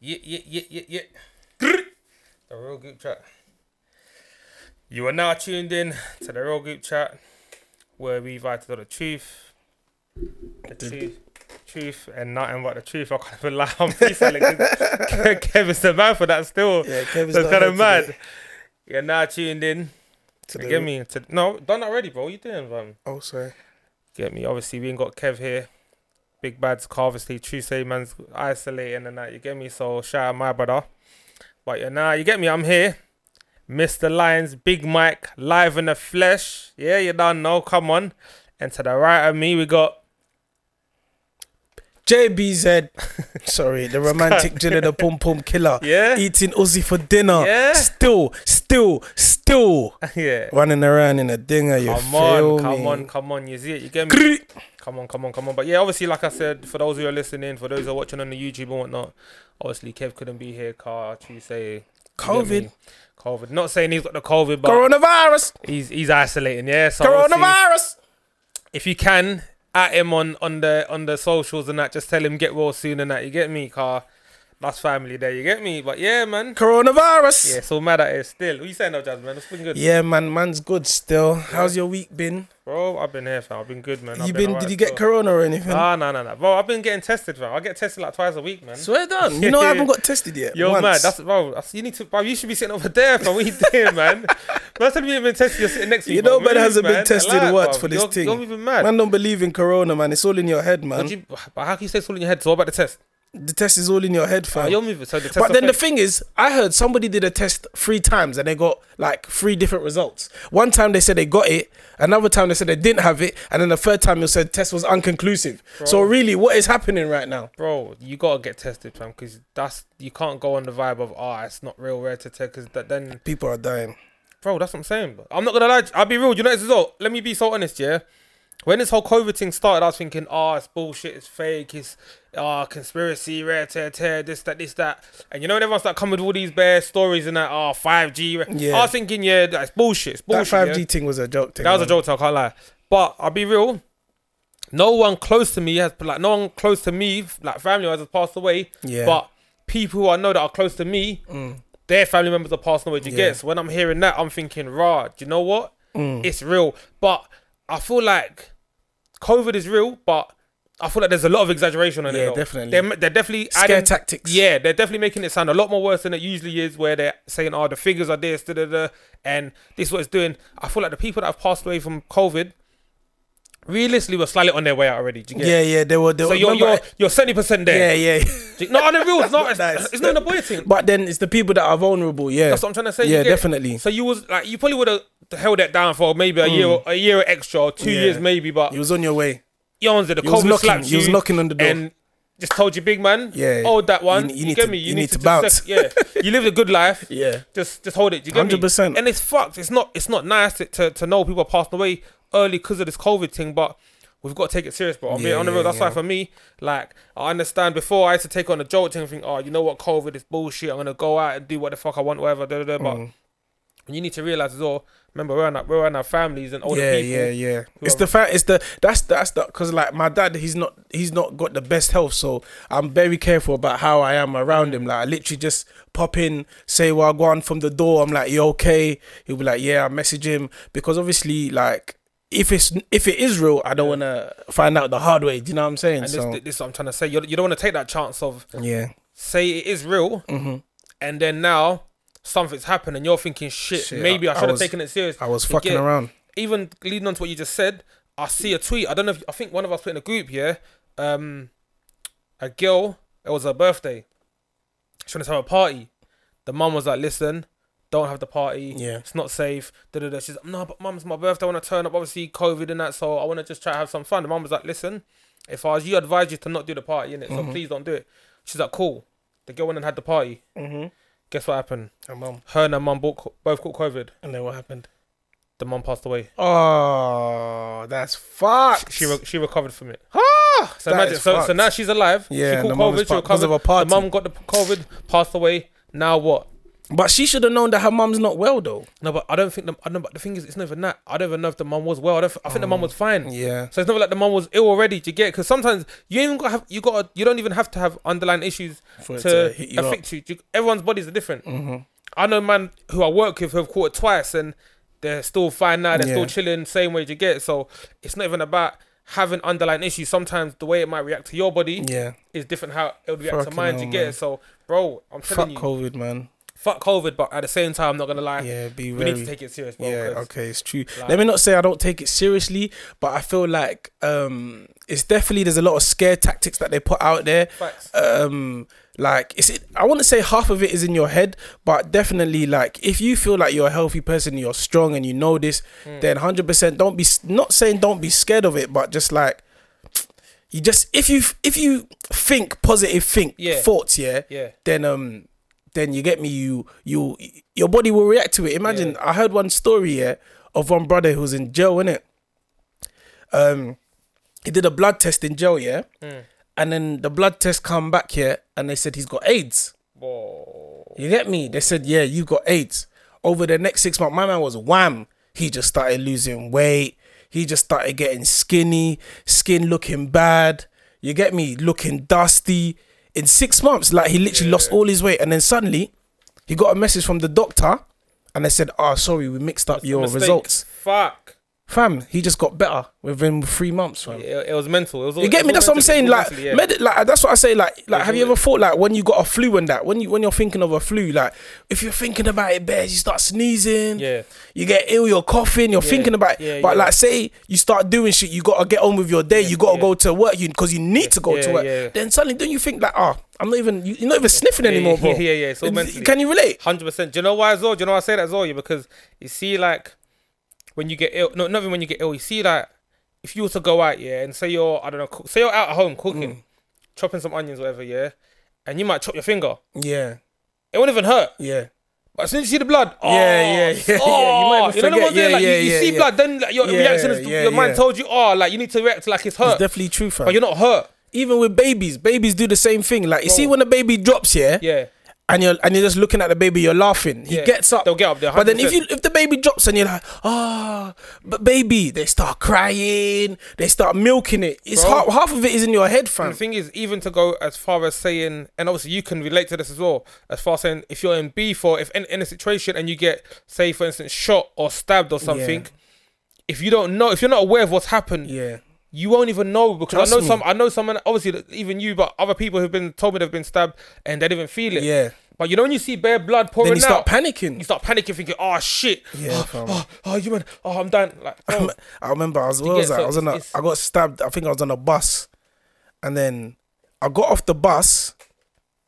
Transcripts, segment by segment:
Yeah, yeah, yeah, yeah, yeah. Grrr. The Real Group Chat. You are now tuned in to the Real Group Chat, where we vibe to the truth. The truth. Truth and nothing but the truth. I can't even lie. I'm freestyling. 'cause Ke- Kevin's the man for that still. Yeah, Kevin's That's not kind here of today. mad. You're now tuned in. To To the- get me. To, no, done already, bro. What you doing, man? Oh, sorry. Get me. Obviously, we ain't got Kev here. Big Bad's car, obviously Tuesday man's isolating and that. You get me? So shout out my brother. But yeah, nah, you get me? I'm here. Mr. Lions, Big Mike, live in the flesh. Yeah, you done know. Come on. And to the right of me, we got JBZ. sorry, the romantic gin and the pom pom killer. yeah, Eating Aussie for dinner. Yeah. Still, still, still yeah. running around in a dinger. Oh, You Come feel on, me? come on, come on. You see it? You get me? Grrr. Come on, come on, come on. But yeah, obviously, like I said, for those who are listening, for those who are watching on the YouTube and whatnot, obviously Kev couldn't be here. Car Tuesday. you get COVID. me? COVID. Not saying he's got the COVID, but Coronavirus. he's he's isolating. Yeah. So obviously, Coronavirus. If you can, at him on on the on the socials and that. Just tell him get well soon and that. You get me, car. That's family there. You get me. But yeah, man. Coronavirus. Yeah. So mad at it still. What you saying, though, Jasmine? It's been good, Yeah, man, man's good still. How's your week been? bro. I've been here, fam. I've been good, man. I've you been? alright did you get still. corona or anything? Ah, no, no, no, bro. I've been getting tested, fam. I get tested like twice a week, man. Swear down. You know I haven't got tested yet. Yo, once. man, that's bro. That's, you need to, bro. You should be sitting over there, fam. What you doing, man? Last time you haven't been tested, you're sitting next to me. You bro. know man Move, hasn't been man. tested Alive, once bro. for this You're- thing. You're even mad. man don't believe in corona, man. It's all in your head, man. But you- but how can you say it's all in your head? So what about the test? the test is all in your head, Oh, fam. you're moving. So the test. but then the affects- thing is, I heard somebody did a test three times and they got like three different results. One time they said they got it, another time they said they didn't have it, and then the third time they said test was unconclusive. So really, what is happening right now? bro, you gotta get tested, fam, because that's you can't go on the vibe of ah, it's not real rare to test, because that then, People are dying. bro, that's what I'm saying. Bro. I'm not gonna lie. I'll be real. You know this is all. Let me be so honest, yeah. When this whole COVID thing started, I was thinking, ah, it's bullshit, it's fake, it's ah, conspiracy, rare, tear, tear, this, that, this, that. And you know, when everyone's like coming with all these bare stories and that, ah, 5G. rare- Yeah. I was thinking, yeah, that's bullshit, it's That bullshit. five yeah. G thing was a joke. Thing, That was a man. joke, so I can't lie. But I'll be real. No one close to me has like no one close to me like family has passed away. Yeah. Mm. But people who I know that are close to me, their family members are passing away. Do you Yeah. Mm. get? So when I'm hearing that, I'm thinking, rah. Do you know what? It's real. But I feel like COVID is real, but I feel like there's a lot of exaggeration on it. Yeah, though. definitely. They're, they're definitely Scare adding- tactics. Yeah, yeah, they're definitely making it sound a lot more worse than it usually is, where they're saying, oh, the figures are this, da da da, and this is what it's doing. I feel like the people that have passed away from COVID, realistically, were slightly on their way out already. Do you get it? Yeah, yeah. They were. They So were you're, remember- you're, you're 70% there. yeah, yeah. Do you- No, on the real, it's not, not it's, nice. it's not in the bulletin. But then it's the people that are vulnerable. Yeah, That's what I'm trying to say. you Yeah, get it? definitely. So you was like, you probably would have held that down for maybe a year, a year extra, or two Mm. Yeah. years maybe, but He was on your way. you answered the You was COVID knocking- slapped you was knocking on the door. and just told you, big man, Yeah. hold that one. You, You ne- you need get to- me? You, you need, need to, to bounce. just, yeah, you lived a good life. Yeah. just just hold it. You get me? 100%. And it's fucked. It's not it's not nice to to, to know people are passing away early because of this COVID thing, but. We've got to take it serious, bro. I mean, Yeah, on the yeah, road, that's yeah. why for me, like, I understand before I used to take on the joke thing and think, oh, you know what, COVID is bullshit. I'm going to go out and do what the fuck I want, whatever, da da da. But Mm. you need to realize as well, remember, we're on our, we're on our families and older yeah, people. yeah, yeah. who It's are- the fact. It's the that's that's the because like my dad, he's not he's not got the best health, so I'm very careful about how I am around him. Like I literally just pop in, say well, go on from the door. I'm like, you okay? He'll be like, yeah. I message him because obviously like. If it's if it is real, I don't want to find out the hard way. Do you know what I'm saying? And so this, this is what I'm trying to say. You, you don't want to take that chance of yeah, mm-hmm. say it is real, and then now something's happened, and you're thinking, shit, Shit, maybe I- I, I should have was- taken it serious. I was You fucking get- around. Even leading on to what you just said, I see a tweet. I don't know if I think one of us put in a group, yeah. Um, a girl, it was her birthday. She wanted to have a party. The mum was like, listen, don't have the party. Yeah. It's not safe. Da, da, da. She's like, no, but mum, it's my birthday. I want to turn up. Obviously, COVID and that. So I want to just try to have some fun. The mum was like, listen, if I was you, I'd advise you to not do the party, innit? Mm-hmm. So please don't do it. She's like, cool. The girl went and had the party. Mhm. Guess what happened? My mum. Her and her mum bought, both caught COVID. And then what happened? The mum passed away. Oh, that's fucked. She re- she recovered from it. ah, So that imagine. is So, so fucked. now she's alive. Yeah, she and the caught mum was COVID. She part- 'cause recovered. of a The party. mum got the p- COVID, passed away. Now what? But she should have known that her mum's not well though. No, but I don't think the I know, but the thing is, it's not even that. I don't even know if the mum was well. I, don't, I think the Mm. mum was fine. Yeah. So it's not like the mum was ill already. Do you get? Because sometimes you ain't even got have you got to, you don't even have to have underlying issues For it to, to hit you up. Mm-hmm. affect you. Do you- Everyone's bodies are different. I know man who I work with who have caught it twice and they're still fine now. They're Yeah. still chilling, same way. Do you get? So it's not even about having underlying issues. Sometimes the way it might react to your body Yeah. is different how it would react Fucking to mine. Do you hell, get? man. So bro, I'm Fuck telling you, COVID, man. fuck COVID. But at the same time, I'm not gonna lie. Yeah, be We very. need to take it serious, bro. yeah, 'cause- okay, it's true. like- Let me not say I don't take it seriously, but I feel like um it's definitely there's a lot of scare tactics that they put out there. Facts. um like it's it, i want to say half of it is in your head but definitely like if you feel like you're a healthy person you're strong and you know this Hmm. then 100% don't be s- not saying don't be scared of it but just like you just if you if you think positive think Yeah. thoughts yeah Yeah. then um then you get me you you your body will react to it imagine i heard one story yeah of one brother who's in jail innit um he did a blood test in jail yeah and then the blood test come back here and they said he's got aids Whoa. you get me they said yeah you got aids over the next six months my man was wham he just started losing weight he just started getting skinny skin looking bad you get me looking dusty in six months like he literally lost all his weight and then suddenly he got a message from the doctor and they said oh sorry we mixed up your Mistake. results Fuck. fam he just got better within three months fam It, it was mental. It was all, you get me? it was That's what I'm mentally- saying. it was Like, mentally, yeah. medi- like that's what I say. Like, like, have you all- ever thought like when you got a flu and that when you when you're thinking of a flu, like if you're thinking about it, bears you start sneezing. Yeah. You get ill. You're coughing. You're thinking about it. yeah, but yeah. like, say you start doing shit, you gotta get on with your day. you gotta go to work. You because you need to go Yeah, to work. yeah. Then suddenly, don't you think like, oh, I'm not even you- you're not even sniffing anymore, yeah, bro? yeah, yeah, it's all Is- mentally. Can you relate? Hundred percent. Do you know why as well? Do you know why I say that as well? Yeah, because you see, like, when you get ill, no, not even when you get ill. You see, like, if you were to go out, yeah, and say you're, I don't know, cook, say you're out at home cooking, Mm. chopping some onions, whatever, yeah, and you might chop your finger. Yeah, It won't even hurt. yeah. But as soon as you see the blood, oh, yeah, yeah, yeah, you oh, you might even know what I'm forget, saying? yeah, Like, you, yeah, you yeah, see yeah. blood, then like, your Yeah, reaction is yeah, your mind yeah. told you, oh, like you need to react like it's It's hurt, definitely true, fam. but you're not hurt. Even with babies, babies do the same thing. Like, you see Bro. when a baby drops, yeah, Yeah, and you're and you're just looking at the baby, you're laughing. He Yeah, gets up. they'll get up there, But then if 100%. you if the baby drops and you're like, ah, but baby, they start crying, they start milking it. It's Bro. half, half of it is in your head, And fam. the thing is, even to go as far as saying, and obviously you can relate to this as well, as far as saying if you're in beef or if in, in a situation and you get, say, for instance, shot or stabbed or something, if you don't know, if you're not aware of what's happened, Yeah. you won't even know because Trust I know me. some, I know someone, obviously even you, but other people who've been told me they've been stabbed and they didn't feel it. Yeah. But you know when you see bare blood pouring Then you start out, panicking. you start panicking, thinking, "Oh shit, Yeah, oh, fam. oh, oh, you man, oh, I'm dying." Like, bro, I remember I was where was get- I? so I was on a, it's- I got stabbed. I think I was on a bus, and then I got off the bus,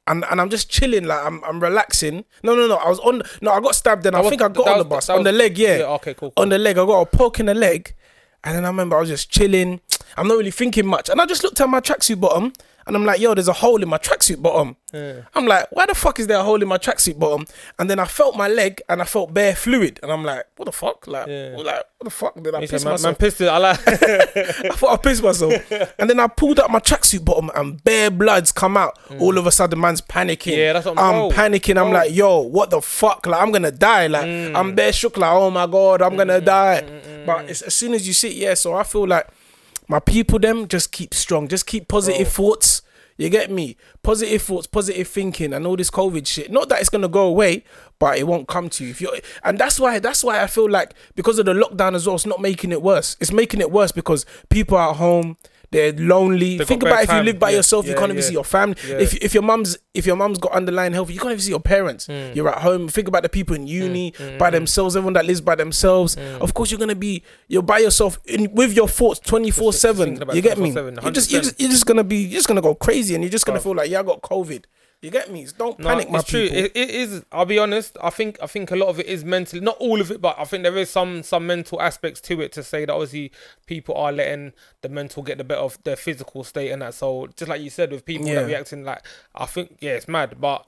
and and I'm just chilling, like I'm I'm relaxing. No, no, no. I was on. No, I got stabbed. Then I was- think I got that on the was- bus that on the was- leg. Yeah. Oh, yeah, okay, cool, On the leg, I got a poke in the leg, and then I remember I was just chilling. I'm not really thinking much, and I just looked at my tracksuit bottom, and I'm like, yo, there's a hole in my tracksuit bottom. I'm like, why the fuck is there a hole in my tracksuit bottom? And then I felt my leg, and I felt bare fluid, and I'm like, what the fuck? Like, like what the fuck did I He piss said, man, man myself? pissed it. I like, I thought I pissed myself. and then I pulled out my tracksuit bottom and bare bloods come out. All of a sudden, man's panicking. Yeah, that's what I'm- oh, I'm bro, panicking. I'm bro. like, yo, what the fuck? Like, I'm gonna die. Like, Mm. I'm bare shook. Like, oh my god, I'm gonna die. But it's, as soon as you sit, yeah. So I feel like my people, them, just keep strong. Just keep positive Oh. thoughts. You get me? Positive thoughts, positive thinking, and all this COVID shit. Not that it's gonna go away, but it won't come to you. If you are and that's why that's why I feel like because of the lockdown as well, it's not making it worse. It's making it worse because people are at home, they're lonely. They've Think got about bare if you time. live by Yeah, yourself, you yeah, can't even yeah. see your family. Yeah. If if your mum's if your mum's got underlying health, you can't even see your parents. Hmm. You're at home. Think about the people in uni by themselves. Everyone that lives by themselves. Hmm. Of course, you're gonna be you're by yourself in, with your thoughts twenty four thinking seven. about You get me? 24/7, You're just, you're just you're just gonna be you're just gonna go crazy, and you're just gonna feel like yeah, I got COVID. You get me? Don't No, panic, my it's true. people. It, it is. I'll be honest. I think I think a lot of it is mentally, not all of it, but I think there is some some mental aspects to it to say that obviously people are letting the mental get the better of their physical state and that. So just like you said, with people Yeah. that reacting like, I think yeah, it's mad, but.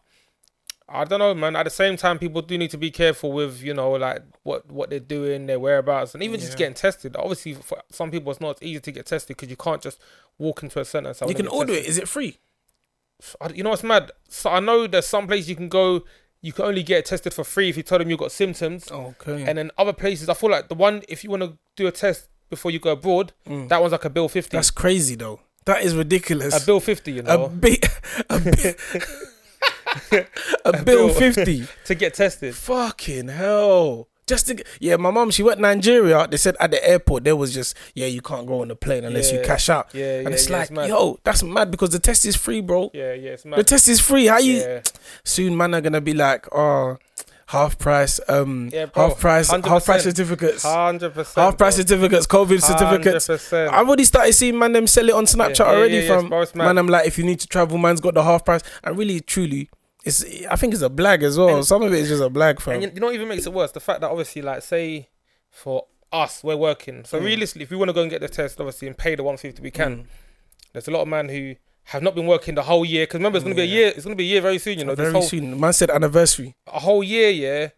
I don't know, man. At the same time, people do need to be careful with, you know, like what what they're doing, their whereabouts, and even just getting tested. Obviously, for some people, it's not as easy to get tested because you can't just walk into a centre. and say, "I you wanna can get order tested." it. Is it free? I, you know what's mad? So I know there's some place you can go you can only get tested for free if you tell them you've got symptoms. Okay. And then other places, I feel like the one if you want to do a test before you go abroad, that one's like a bill fifty. That's crazy though. That is ridiculous. Hmm. a bill fifty, you know, a bi- a, bi- a bill bill. fifty. to get tested. Fucking hell. Just to, get- yeah, my mum she went to Nigeria. They said at the airport there was just yeah you can't go on the plane unless you Yeah. cash out. Yeah, and yeah, it's yeah, like it's mad. yo that's mad because the test is free, bro. Yeah, yeah, it's mad. The test is free. How you yeah. soon man are gonna be like oh half price um Yeah, bro, half price half price 100%. certificates Hundred percent. half price certificates COVID certificates. I've already started seeing man them sell it on Snapchat Yeah, yeah, already yeah, yeah, from bro, it's mad. man. I'm like, if you need to travel, man's got the half price. And really, truly, it's I think it's a blag as well. Some of it is just a blag, fam. And you, you know what even makes it worse? The fact that obviously, like, say for us, we're working. Mm. So realistically, if we want to go and get the test, obviously, and pay the 150 we can. There's a lot of men who have not been working the whole year. Because remember, it's going to be a year. It's going to be a year very soon. You know, Very this whole, soon, man said anniversary. a whole year, yeah.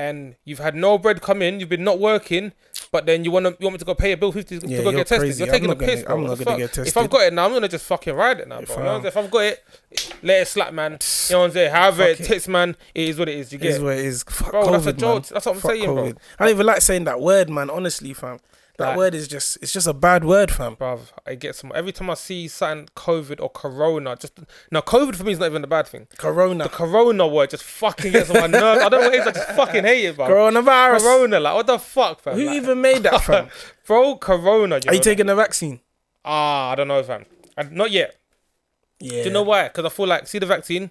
And you've had no bread come in. You've been not working. But then you want to you want me to go pay a bill fifty Yeah, to go you're get tested. crazy. You're taking I'm the not gonna- piss. bro. I'm not What the gonna fuck? If get I've tested. got it now, I'm gonna just fucking ride it now, bro. You know what I'm I- saying? If I've got it, let it slap, man. You know what I'm saying? However, it Fuck tits, man. It is what it is. You It Is get. it. what it is. Fuck Bro, COVID, that's a man. jolt. That's what I'm Fuck saying, bro. I don't even like saying that word, man. Honestly, fam, that Like- word is just it's just a bad word, fam. Bruv, I get some. Every time I see something COVID or Corona, just now COVID for me is not even a bad thing. Corona, The Corona word just fucking gets on my nerves. I don't know what it is. I just fucking hate it, bro. coronavirus. Corona, like what the fuck, fam? Who Like, even made that, fam? bro? Corona. You Are know, you taking the vaccine? ah, I don't know, fam. I, not yet. Yeah. Do you know why? Because I feel like see the vaccine,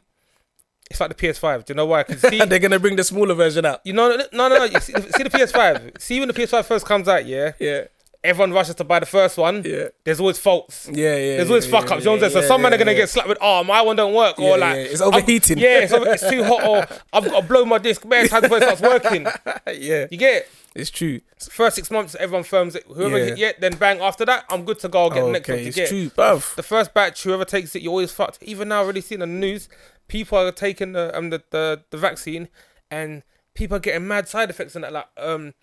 it's like the PS5. Do you know why? Because see, They're gonna bring the smaller version out. you know, no, no, no. no. See, see the PS5. See when the PS5 first comes out, yeah, Yeah. everyone rushes to buy the first one. Yeah. There's always faults. Yeah, yeah. There's always fuck ups. you know what I'm saying? so some men are gonna get slapped with, oh, my one don't work, or Yeah, like yeah, it's overheating. I'm- yeah, it's, over- it's too hot, or I've got to blow my disc bare times before it starts working. yeah. You get it? It's true. First six months, everyone firms it. Whoever Yeah. Oh, hit yet, then bang. After that, I'm good to go. I'll get the next one. okay, You it's get it? true, bruv. the first batch. Whoever takes it, you're always fucked. Even now, I've already seen the news. People are taking the um the the, the vaccine, and people are getting mad side effects and that. Like um,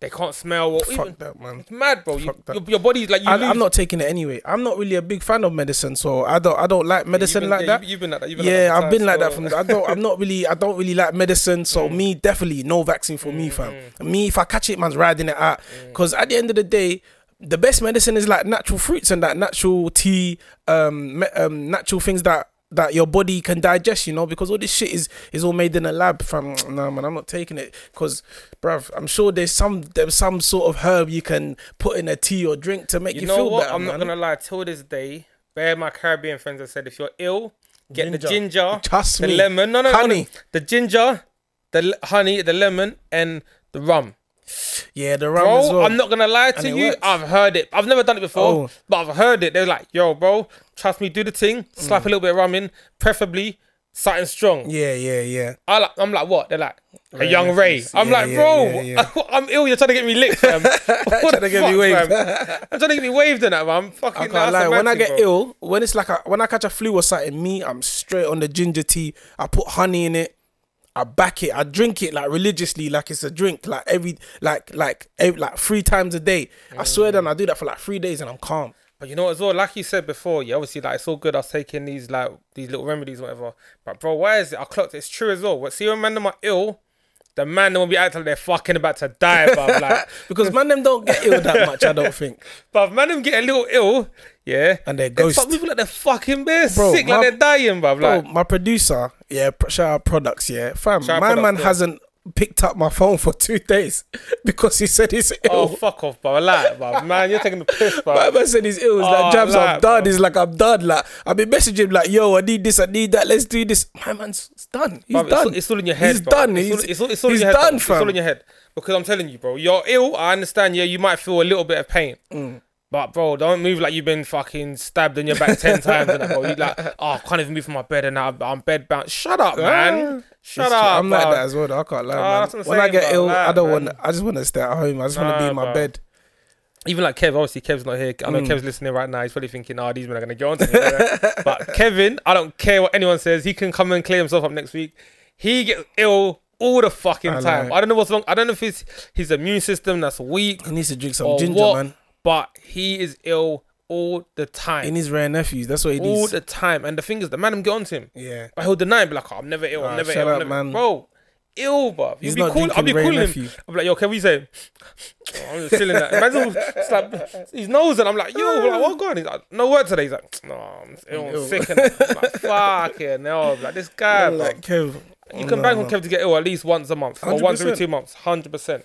they can't smell or even. Fuck that, man. It's mad, bro. You, Fuck that. your, your body like you I, lose. I'm not taking it anyway. I'm not really a big fan of medicine, so I don't. I don't like You've medicine been- like yeah, that. You've, you've been like that. You've been yeah, like that I've been like that so- Mm. from. I don't. I'm not really. I don't really like medicine. So me, definitely no vaccine for me, fam. Me, if I catch it, man's riding it out. Mm. Because at the end of the day, the best medicine is like natural fruits and that natural tea, um, me- um natural things that that your body can digest. You know, because all this shit is is all made in a lab, fam. No man, I'm not taking it. Because, bruv, I'm sure there's some there's some sort of herb you can put in a tea or drink to make you, You, know feel what? better. I'm not man. gonna lie. Till this day, bare my Caribbean friends have said if you're ill, get the ginger, Trust the me. lemon, no, no, no, honey. no, the ginger, the l- honey, the lemon, and the rum. Yeah, the rum Bro, as well. I'm not gonna lie And to it you. works. I've heard it. I've never done it before, Oh. but I've heard it. They're like, "Yo, bro, trust me. Do the thing. Slap a little bit of rum in, preferably something strong." Mm. Yeah, yeah, yeah. I like, I'm like, what? They're like, a young Ray. I'm Yeah, like, yeah, bro, yeah, yeah. I'm ill. You're trying to get me licked, fam. trying to get me waved. I'm trying to get me waved in that, man. I'm fucking. I can't that's lie. a When mad I thing, get bro. ill, when it's like I, when I catch a flu or something, me, I'm straight on the ginger tea. I put honey in it. I back it. I drink it like religiously, like it's a drink, like every, like, like, ev like three times a day. I swear, Mm. then I do that for like three days and I'm calm. But you know what, as well, like you said before, yeah, obviously, like it's all good us taking these like these little remedies, whatever. But bro, why is it? I clocked it's true as well. What see when man them are ill, the man them will be acting like they're fucking about to die, bruv. Like, Because man, them don't get ill that much. I don't think. but man them get a little ill, yeah, And they're They ghost. fuck people like they're fucking they're Bro, sick, my- like they're dying, bruv. Bro, Like, Oh, my producer, yeah, pr- shout out products, yeah, fam. Shout out my Products, man yeah. hasn't picked up my phone for two days because he said he's ill. oh fuck off, bruv. Like, bruv, man, you're taking the piss, My bruv. man said he's ill. He's Oh, like, Jabs, I'm like, done. bro. He's like, I'm done. Like, I've been messaging him, like, yo, I need this, I need that, let's do this. My man's it's done. He's Bruv, it's, done. all, it's all in your head. He's bruv. done. It's all, He's, it's all, it's all he's in your head. done, bruv. It's fam. all in your head. Because I'm telling you, bro, you're ill. I understand. Yeah, you might feel a little bit of pain. Mm. But bro, don't move like you've been fucking stabbed in your back ten times. And that, bro, you like, oh, I can't even move from my bed, and I'm, I'm bed bound. Shut up, man. Shut Ah, It's true. up. I'm like bruv. that as well. though. I can't lie, man. that's what I'm when I saying, get bro. ill, I Like, don't man. want. I just want to stay at home. I just want to be Nah, in my bro. bed. Even like Kev, obviously Kev's not here. I know Mm. Kev's listening right now. He's probably thinking, oh, these men are gonna get on to me. but Kevin, I don't care what anyone says. He can come and clear himself up next week. He gets ill all the fucking I time. know. I don't know what's wrong. I don't know if it's his immune system that's weak. He needs to drink some or ginger, what, man. But he is ill all the time. in his rare nephews. That's what he all needs. the time. And the thing is, the man him get onto him. yeah, But he'll deny it, be like, oh, I'm never ill, Ah, I'm never shut ill. I'm up, never... man. Bro, ill, bruv. He's You'll be not cool. I'll be drinking Ray calling Nephew. him. I'll be like, yo, can we say? Oh, I'm just chilling. Like, imagine it's like his nose, and I'm like, yo, like, what going? on? He's like, no work today. He's like, no, I'm ill, I'm ill." sick. And I'm like, fucking hell, like this guy, bruv. like Kev. You can bang on Kev to get ill at least once a month or once every 100%. two months, hundred percent.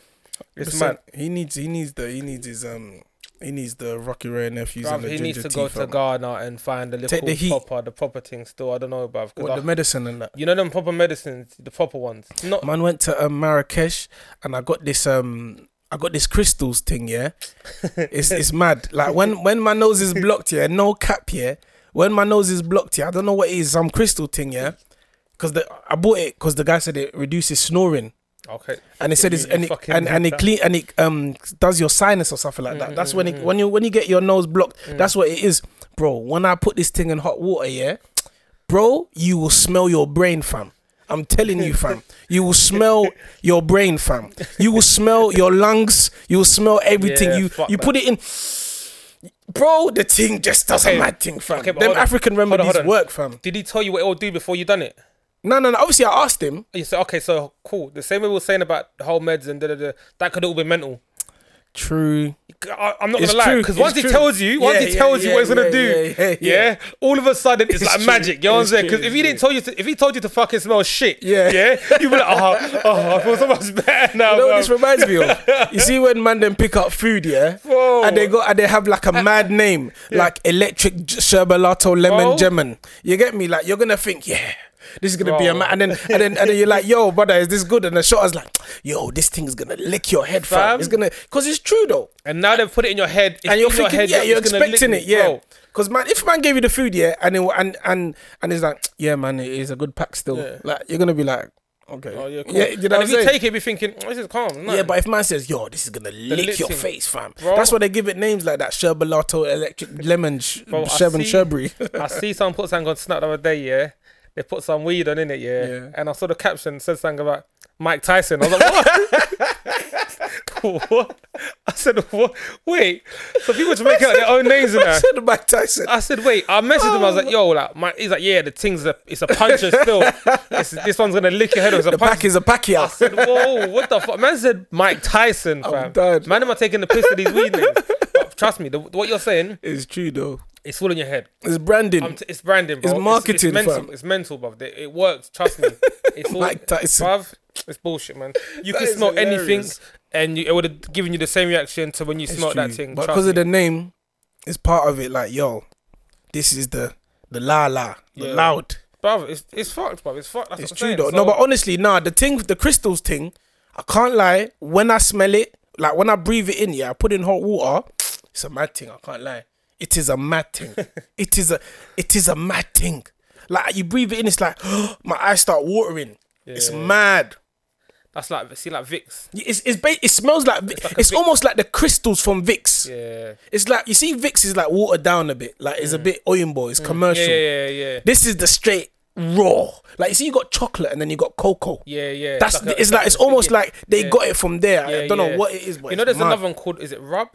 It's mad. He needs. He needs the. He needs his. Um. He needs the Rocky Rare nephews Bruv, and the he ginger needs to tea go to fam. Ghana and find the Take little the heat. proper, the proper thing. Still, I don't know, bruv. 'cause What I- the medicine and that. you know them proper medicines, the proper ones. Not Man went to um, Marrakesh and I got this. Um. I got this crystals thing. Yeah. It's it's mad. Like when when my nose is blocked. Yeah. No cap. Yeah. When my nose is blocked. Yeah. I don't know what it is. Some crystal thing. Yeah. Cause the I bought it because the guy said it reduces snoring. okay. and it said it's You- you and it, fucking and, and did it that. clean and it um does your sinus or something like that. That's when Mm-hmm. it when you when you get your nose blocked. Mm. That's what it is, bro. When I put this thing in hot water, yeah, bro, you will smell your brain, fam. I'm telling you, fam. You will smell your brain, fam. You will smell your lungs. You will smell everything. Yeah, you fuck you that. put it in. Bro, the thing just does Okay. a mad thing, fam. Okay, but Them hold on. African Hold on, remedies hold on. work, fam. Did he tell you what it will do before you done it? No, no, no. Obviously, I asked him. You said okay, so cool. The same way we were saying about the whole meds and da da da. That could all be mental. True. I, I'm not It's gonna lie, true, because it's once he true. tells you, once Yeah, he yeah, tells you yeah, what he's gonna yeah, do, yeah, yeah, yeah. all of a sudden it's, It's like true, magic. You know what I'm it's saying? Because true, if he didn't tell you, to, if he told you to fucking smell shit, Yeah. yeah, you'd be like, oh, oh, I feel so much better now. You know what bro. this reminds me of? You see when man them pick up food, yeah, Bro. and they go and they have like a mad name, like electric J- sherbalato lemon Bro. German. You get me? Like you're gonna think, yeah, this is gonna be a Bro. man, and then and then and then you're like, yo, brother, is this good? And the shot is like, yo, this thing's gonna lick your head, fam. Fam. It's gonna, cause it's true though, and now they've put it in your head, it's and you're in thinking, your head, yeah, that you're it's gonna lick expecting it, you, yeah. bro. Cause man, if man gave you the food, yeah, and it, and and and it's like, yeah, man, it is a good pack still. Like you're gonna be like, okay, Oh, yeah, cool. yeah, you know and what I'm if you saying? take it, you'll be thinking, oh, this is calm. Yeah, nothing. but if man says, "Yo, this is gonna lick lick your thing. face, fam," Bro. that's why they give it names like that: sherbalato, electric lemon, sh- Bro, I sherbet, see- sherberry. I see someone put something on Snap the other day, yeah. They put some weed on in it, yeah? Yeah. And I saw the caption said something about Mike Tyson. I was like, what? what? I said, what? Wait. So people just make out their own names in I there. said about Tyson. I said, wait. I messaged him. I was like, yo, like, my, he's like, yeah, the thing's a, it's a puncher still. It's, this one's gonna lick your head. off. It's a the puncher. pack is a packy I said, whoa, what the fuck? Man said Mike Tyson, fam. dead. Man, am I taking the piss of these weed names? But trust me, the, what you're saying, It's true though. it's all in your head. It's branding. I'm t- it's branding, bro. It's, marketing, it's mental. fam. It's mental, bro. It, it works. Trust me. It's all, Mike Tyson. bruv, It's bullshit, man. You That can is smell anything, hilarious. and you, it would have given you the same reaction to when you It's smelled that true. thing. but trust because of me. the name, it's part of it. Like, yo, this is the the la la, the Yeah. loud. bruv, it's, it's fucked, bruv. It's fucked. That's It's what I'm true saying. though. So, no, but honestly, nah, the thing, the crystals thing, I can't lie. When I smell it, like when I breathe it in, yeah, I put in hot water. It's a mad thing. I can't lie. It is a mad thing. it is a, it is a mad thing. Like you breathe it in, it's like my eyes start watering. It's Yeah. mad. that's like see, like Vicks. It's, it's ba- it smells like Vi- it's, like a Vic- almost like the crystals from Vicks. Yeah. It's like you see Vicks is like watered down a bit. Like it's a bit oyinbo. It's commercial. Mm. Yeah, yeah, yeah, This is the straight raw. Like you see, you got chocolate and then you got cocoa. yeah, yeah. That's a- the, it's like it's a- almost yeah. like they Yeah. got it from there. I Yeah, don't know yeah. what it is, but you know. it's There's mad. another one called is it Rub?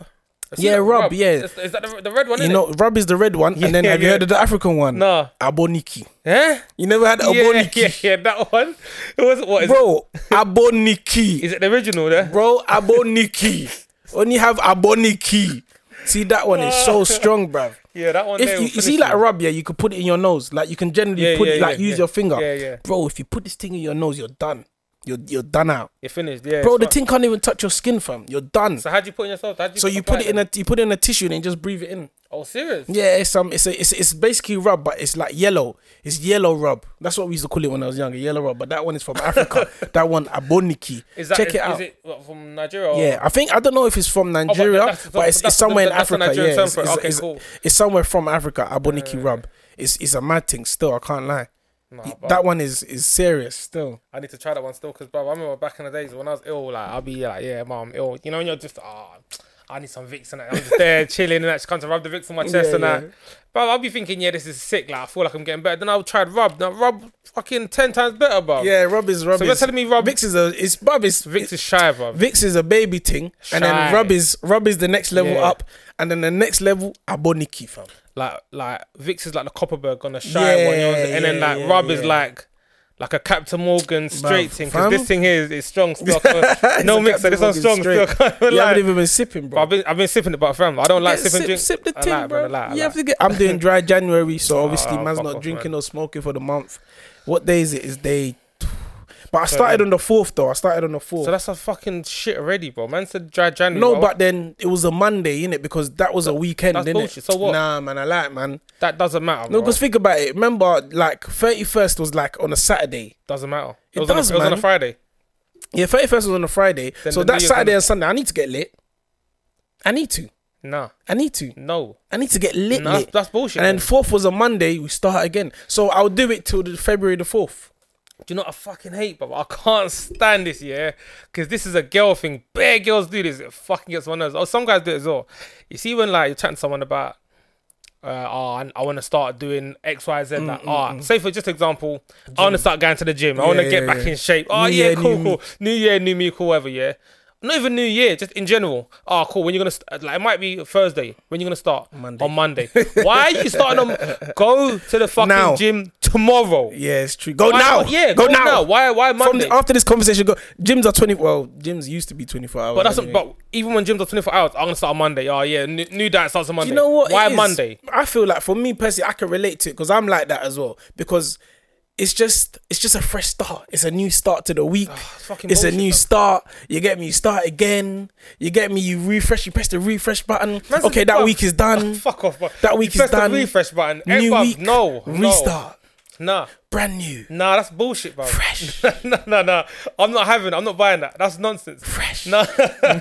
Is Yeah, it Rub, yeah. Is, is that the, the red one? You innit? know, rub is the red one, and then Yeah, have you yeah. heard of the African one? Nah. aboniki. Eh? You never had Yeah, aboniki, yeah, yeah, that one. It was what is, it, bro? aboniki, is it the original there? bro. Aboniki. Only have aboniki. See that one is so strong, bruv. Yeah, that one. there If you, will you see finish like me. rub, yeah, you could put it in your nose. Like you can generally Yeah, put yeah, it, like yeah, use yeah. your finger, Yeah, yeah. bro. If you put this thing in your nose, you're done. You're you're done out, It finished, yeah. bro. it's The fine. thing can't even touch your skin, fam. You're done. So how do you put it in yourself? How'd So you apply put it in a you put it in a tissue and then just breathe it in. Oh, serious? Yeah, it's um, it's a, it's it's basically rub, but it's like yellow. It's yellow rub. That's what we used to call it when I was younger, yellow rub. But that one is from Africa. that one aboniki. Is that, Check is- it out. Is it what, from Nigeria? Oh, Or? yeah, I think I don't know if it's from Nigeria, that's- but, that's- it's, it's that's the- somewhere in that's the Africa. Yeah, Nigerian term it's, for it. it's- Okay, it's- cool. it's somewhere from Africa. Aboniki rub. It's it's a mad thing. Still, I can't lie. Nah, bruv, That one is is serious. Still, I need to try that one still because, bro, I remember back in the days when I was ill, like I'd be like, yeah, mom, ill. You know, and you're just ah. I need some Vicks and that. I'm just there chilling and that. She comes to rub the Vicks on my chest Yeah, and yeah. that. But I'll be thinking, yeah, this is sick. Like I feel like I'm getting better. Then I'll try rub. Now rub fucking ten times better, bro. Yeah, rub is rub. Oh. So you're is- telling me rub- Vicks is a it's rub is Vicks is shy, bro. Vicks is a baby thing, and then Shy. rub is rub is the next level Yeah. up, and then the next level aboniki fam. like like Vix is like the Copperberg on the shy Yeah, one, you know, what I'm saying? and then yeah, like yeah, Rub is yeah. like like a Captain Morgan straight thing because fam. this thing here is, is strong still. no a mixer, Captain this one's strong Morgan still. You haven't like, even been sipping, but bro. I've been I've been sipping it, but fam, I don't like Get- sipping sip, drink. sip the I thing, like, bro. man, I like, I you have like. to get. I'm doing dry January, so obviously Oh, man's fuck not off, drinking man. or smoking for the month. What day is it? Is day. But I started on the fourth though. I started on the fourth. So that's a fucking shit already, bro. Man said dry January. no, bro. but then it was a Monday, innit? Because that was a weekend, that's innit? bullshit. So what? Nah, man, I like man. that doesn't matter. No, No, bro. because think about it. Remember, like thirty first was like on a Saturday. doesn't matter. It It, was, does, on a, it was on man. a Friday. Yeah, thirty first was on a Friday. Then so the New that Year's Saturday on a- and Sunday, I need to get lit. I need to. Nah, I need to. no, I need to get lit. nah, that's, lit. that's bullshit. and then bro. fourth was a Monday. We start again. So I'll do it till the February the fourth. Do you know what I fucking hate, bro? I can't stand this, yeah? Because this is a girl thing. Bare girls do this. It fucking gets one of those. Oh, some guys do it as well. You see, when like you're chatting to someone about, uh, oh, I, I want to start doing X, Y, Mm, Z, like, oh, say for just example, I want to start going to the gym. I want to Yeah, get yeah, back yeah. in shape. Oh, New yeah, year, cool, new me. cool. New year, new me, cool, whatever, yeah? Not even New Year, just in general. Oh, cool. When you're gonna st- like, it might be Thursday. When you're gonna start Monday. on Monday. Why are you starting on? Go to the fucking Now. gym tomorrow. Yeah, it's true. Go Why now. not? Yeah, go, now. Why? Why From Monday? the, after this conversation, go. Gyms are twenty. Well, gyms used to be twenty four hours. but that's anyway. but even when gyms are twenty four hours, I'm gonna start on Monday. Oh yeah, new, new diet starts on Monday. you know what? Why It is- Monday? I feel like for me personally, I can relate to it because I'm like that as well. Because it's just it's just a fresh start. It's a new start to the week. fucking Ah, it's a bullshit, new though. start. You get me? You start again. You get me? You refresh. You press the refresh button. Man's okay, a- that bruv, week is done. Fuck off, bro. That week you is press done. The refresh button. Hey, New bruv, week. No. no. Restart. Nah. Brand new. Nah, that's bullshit, bro. Fresh. no, no, no. I'm not having. I'm not buying that. That's nonsense. Fresh. No,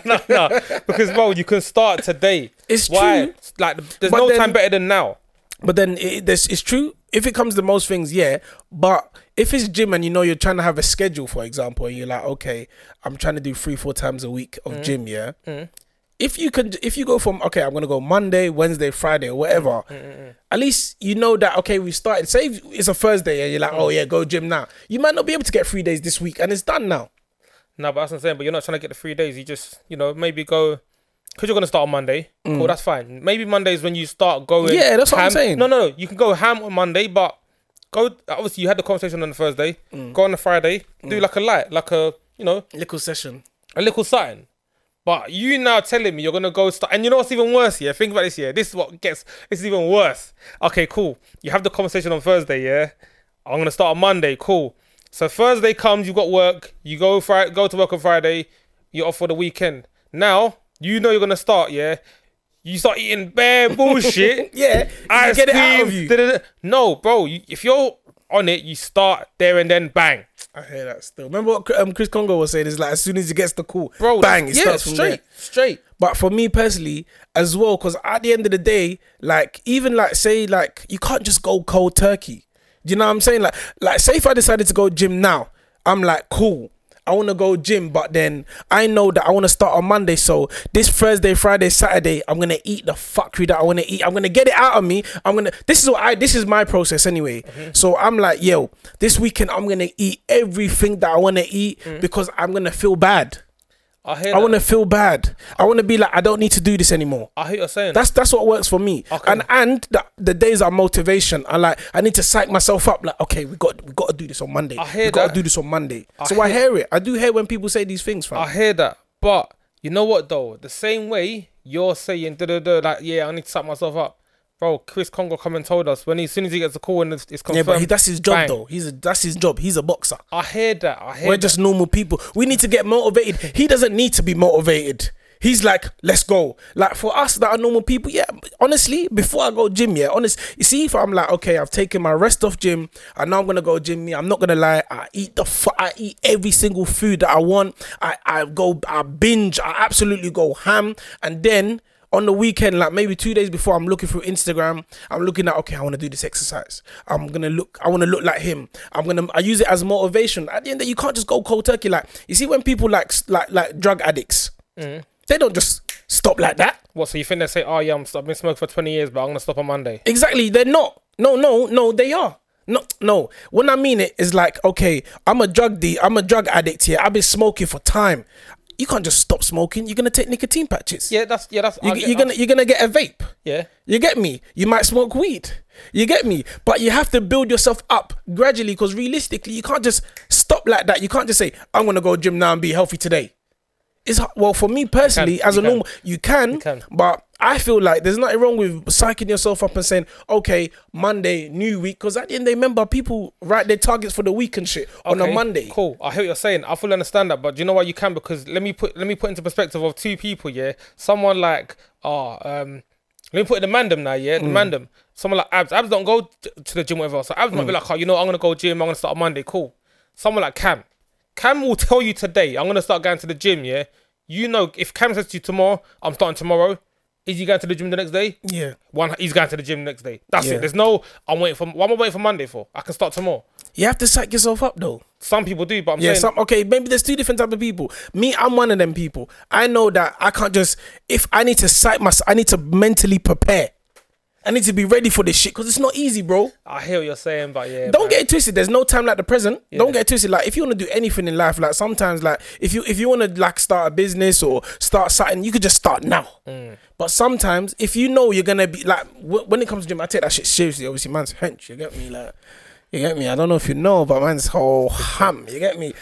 no, no. Because bro, you can start today. It's Why? true. Like, there's But no then- time better than now. But then it, it's, it's true. If it comes to most things, yeah. But if it's gym and you know you're trying to have a schedule, for example, and you're like, okay, I'm trying to do three, four times a week of Mm. gym, yeah. If you can, if you go from okay, I'm gonna go Monday, Wednesday, Friday, or whatever. Mm, At least you know that okay, we started. Say if it's a Thursday and you're Mm. like, oh yeah, go gym now. You might not be able to get three days this week, and it's done now. No, but that's what I'm saying. But you're not trying to get the three days. You just, you know, maybe go because you're gonna start on Monday. Cool, that's fine. Maybe Mondays when you start going. Mm. Yeah, that's what I'm ham. saying. No, no, no. You can go ham on Monday, but go. Obviously, you had the conversation on the Thursday. Mm. Go on the Friday. Do like a light, like a you know, Little session. a little something. But you now telling me you're gonna go start, and you know what's even worse? Yeah, think about this. Yeah, this is what gets. This is even worse. Okay, cool. You have the conversation on Thursday. Yeah, I'm gonna start on Monday. Cool. So Thursday comes, you've got work. You go Friday, go to work on Friday. You're off for the weekend. Now you know you're gonna start. Yeah, you start eating bare bullshit. Yeah, I ice get it cream. out of you. da-da-da. No, bro. You, if you're on it, you start there and then bang. I hear that still. Remember what um, Chris Congo was saying? Is like as soon as he gets the call, Bro, bang, it yeah, starts from straight, there. straight. But for me personally, as well, because at the end of the day, like even like say like you can't just go cold turkey. Do you know what I'm saying? Like like say if I decided to go gym now, I'm like cool. I want to go gym, but then I know that I want to start on Monday. So this Thursday, Friday, Saturday, I'm gonna eat the fuckery that I want to eat. I'm gonna get it out of me. I'm gonna. This is what I. This is my process anyway. So I'm like, yo, this weekend I'm gonna eat everything that I want to eat because I'm gonna feel bad. I hear. I that. want to feel bad. I want to be like, I don't need to do this anymore. I hear what you're saying. That's that's what works for me. Okay. And and the, the days are motivation. I like I need to psych myself up. Like, okay, we got we got to do this on Monday. I hear we got to that. do this on Monday. so I hear it. I do hear when people say these things, fam. I hear that, but you know what though? The same way you're saying, da da da, like yeah, I need to suck myself up, bro. Chris Congo come and told us when he, as soon as he gets a call and it's, it's yeah, confirmed. but he, that's his job bang. though. He's a, that's his job. He's a boxer. I hear that. I hear. We're that. just normal people. We need to get motivated. He doesn't need to be motivated. He's like, let's go. Like for us that are normal people, yeah. Honestly, before I go gym, yeah. Honest, you see, if I'm like, okay, I've taken my rest off gym, and now I'm gonna go gym. Yeah, I'm not gonna lie. I eat the fu- I eat every single food that I want. I I go, I binge. I absolutely go ham, and then. On the weekend, like maybe two days before, I'm looking through Instagram. I'm looking at okay, I want to do this exercise. I'm gonna look. I want to look like him. I'm gonna. I use it as motivation. At the end, of, Mm. you can't just go cold turkey. Like you see, when people like like like drug addicts, they don't just stop like that. What? So you think they say, "Oh yeah, I'm, I've been smoking for 20 years, but I'm gonna stop on Monday." Exactly. They're not. No, no, no, they are. No, no. When I mean it is like, okay, I'm a drug de- I'm a drug addict here. I've been smoking for time. You can't just stop smoking. You're gonna take nicotine patches. Yeah, that's yeah, that's I You, get- you're gonna that's- you're gonna get a vape. yeah. You get me? You might smoke weed. You get me? But you have to build yourself up gradually because realistically, you can't just stop like that. You can't just say, I'm going to go gym now and be healthy today. It's h- well for me personally, as you a can. normal, you can, can. but I feel like there's nothing wrong with psyching yourself up and saying, okay, Monday, new week, because at the end, they remember people write their targets for the week and shit on a Okay, Monday. Cool. I hear what you're saying. I fully understand that, but do you know why you can? Because let me put let me put into perspective of two people. Yeah, someone like ah um. Let me put it in the mandem now, yeah? Mm. The mandem. Someone like Abs. Abs don't go t- to the gym, whatever. So Abs might be Mm. like, oh, you know, what? I'm going to go gym. I'm going to start on Monday. Cool. Someone like Cam. Cam will tell you today, I'm going to start going to the gym, yeah? You know, if Cam says to you tomorrow, I'm starting tomorrow, is he going to the gym the next day? Yeah. One, he's going to the gym the next day. That's Yeah. it. There's no, I'm waiting for, what am I waiting for Monday for? I can start tomorrow. You have to psych yourself up though. Some people do, but I'm Yeah, saying some okay. Maybe there's two different type of people. Me, I'm one of them people. I know that I can't just if I need to cite myself, I need to mentally prepare. I need to be ready for this shit because it's not easy, bro. I hear what you're saying, but yeah, Don't man. get it twisted. There's no time like the present. Don't Yeah. get it twisted. Like if you want to do anything in life, like sometimes, like if you if you want to like start a business or start something, you could just start now. Mm. But sometimes, if you know you're gonna be like w- when it comes to gym, I take that shit seriously. Obviously, man's hench. You get me? Like you get me? I don't know if you know, but man's whole ham. You get me?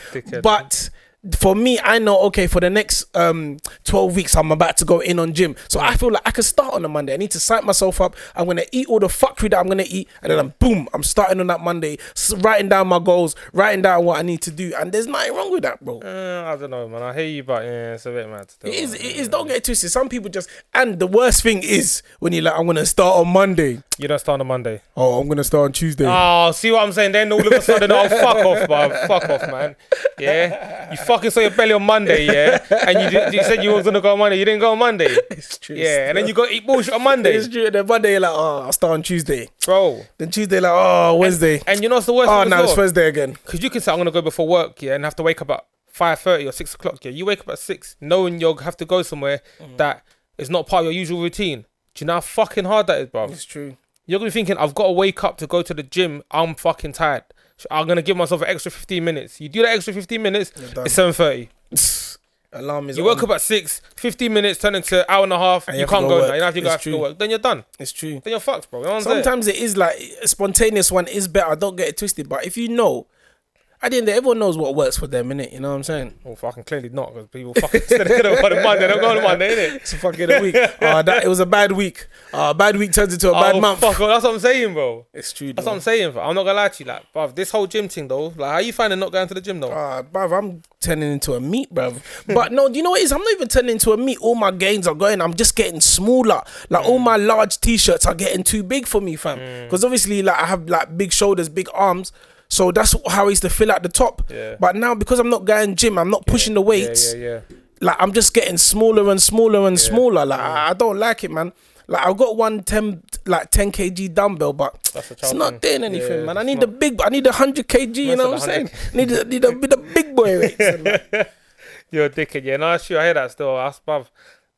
But for me, I know okay. For the next um twelve weeks, I'm about to go in on gym, so I feel like I can start on a Monday. I need to psych myself up. I'm gonna eat all the fuckery that I'm gonna eat, and then I'm boom. I'm starting on that Monday, s- writing down my goals, writing down what I need to do, and there's nothing wrong with that, bro. Uh, I don't know, man. I hear you, but yeah, it's a bit mad. Still, It is. It man. is. Don't get it twisted. Some people just. And the worst thing is when you're like, I'm gonna start on Monday. You don't start on a Monday. Oh, I'm gonna start on Tuesday. Oh, see what I'm saying? Then all of a sudden, oh, fuck off, man. Fuck off, man. Yeah, you fucking saw your belly on Monday, yeah, and you, did, you said you was gonna go on Monday. You didn't go on Monday. it's true. Yeah, and then you go eat bullshit on Monday, It's true. And then Monday, you're like, oh, I'll start on Tuesday. bro. Then Tuesday, like, oh, Wednesday. And you know what's the worst? oh, thing now as it's well? Thursday again. Because you can say I'm gonna go before work, yeah, and have to wake up at five thirty or six o'clock. Yeah, you wake up at six, knowing you'll have to go somewhere Mm. that is not part of your usual routine. Do you know how fucking hard that is, bro? It's true. You're gonna be thinking, I've got to wake up to go to the gym. I'm fucking tired. So I'm gonna give myself an extra 15 minutes. You do that extra 15 minutes, done. it's 7:30. Alarm is. You woke on. up at six, 15 minutes turn into hour and a half. And you, you have to can't go go. work. now. You have to go It's after true. work. Then you're done. It's true. Then you're fucked, bro. You know what I'm saying? Sometimes it is like a spontaneous one is better. Don't get it twisted. But if you know, at the end, of the day, everyone knows what works for them, innit? You know what I'm saying? Well, Oh, fucking clearly not because people fucking said they're gonna go on Monday. They're going on Monday, innit? It's a fucking a week. Uh, that it was a bad week. Uh, bad week turns into a bad oh, month. Fuck, well, that's what I'm saying, bro. It's true. That's though. what I'm saying, bro. I'm not gonna lie to you, like, bruv, this whole gym thing though, like, how you finding not going to the gym though? Ah, bruv, I'm turning into a meat, bruv. But no, you know what it is? I'm not even turning into a meat. All my gains are going. I'm just getting smaller. Like Mm. all my large t-shirts are getting too big for me, fam. Because obviously, like I have like big shoulders, big arms. So that's how I used to fill out the top. Yeah. But now because I'm not going gym, I'm not pushing the weights. Yeah, yeah, yeah. Mm. Like I'm just getting smaller and smaller and smaller. Like I, I don't like it, man. Like I've got one 10 like 10 kg dumbbell, but That's a it's child thing. not doing anything, Yeah, man. I it's need the big, I need a hundred kg. You That's know not what I'm the saying? need a, need a bit of big boy weights. and that. You're a dickhead, yeah. No, that's true. I hear that still. That's bruv.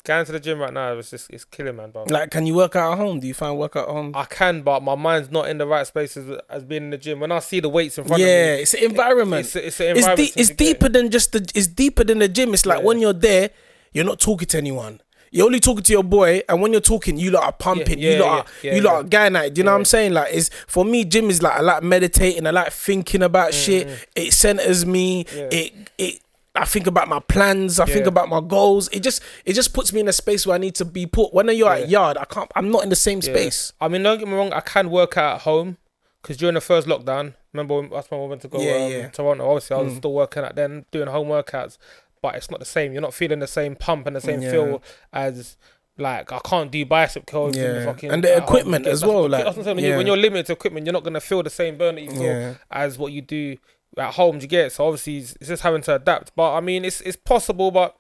Going to the gym right now is just it's killing, man, bruv. Like, can you work out at home? Do you find work out at home? I can, but my mind's not in the right space as, as being in the gym. When I see the weights in front Yeah, of me, it's an environment. it's it's an it's, environment. deep, it's to get- deeper than just the it's deeper than the gym it's like when you're there you're not talking to anyone you're only talking to your boy and when you're talking you lot are pumping yeah, you lot are yeah, yeah, you lot yeah. are going at it. Do you know what i'm saying like it's for me gym is like i like meditating i like thinking about Mm. shit it centers me it it I think about my plans. I think Yeah. about my goals. It just it just puts me in a space where I need to be put. When you're at yard, I can't. I'm not in the same Yeah. space. I mean, don't get me wrong. I can work out at home because during the first lockdown, remember when, that's when we went to go Yeah, um, yeah. Mm. Toronto. Obviously, I was still working out then, doing home workouts, but it's not the same. You're not feeling the same pump and the same Yeah. feel as. Like I can't do bicep curls, in the Yeah. fucking- And the at home. equipment Yeah, as that's- well, that's like, what I'm saying, when you- yeah. when you're limited to equipment, you're not gonna feel the same burn that you feel Yeah. as what you do at home. Do you get it? so obviously it's, it's just having to adapt. But I mean, it's it's possible, but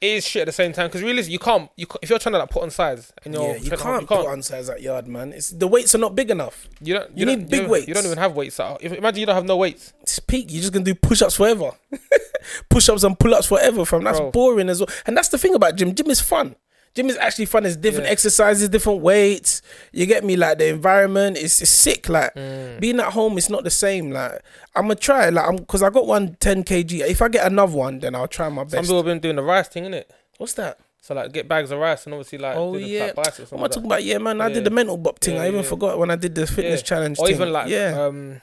it is shit at the same time because realistically, you can't. You ca- if you're trying to like put on size and you're yeah, you trying to- can't, put on size at yard, man. It's the weights are not big enough. you don't. You, You don't- need you big don't- You don't weights. even have weights. At, if, imagine you don't have no weights. it's peak. You're just gonna do push-ups forever, push-ups and pull-ups forever. From that's Bro. boring as well. And that's the thing about gym. Gym is fun. Gym is actually fun. There's different exercises, different weights. You get me? Like the environment is it's sick. Like Mm. being at home, it's not the same. Like I'm gonna try. Like I'm because I got one 10 kg. If I get another one, then I'll try my Some best. people have been doing the rice thing, innit? What's that? So like get bags of rice and obviously like Oh, do the yeah. flat biceps. What and am I all that. talking about? Yeah, man. I Yeah. did the mental bop thing. Yeah, I even yeah. forgot when I did the fitness Yeah. challenge. Or thing. even like yeah. um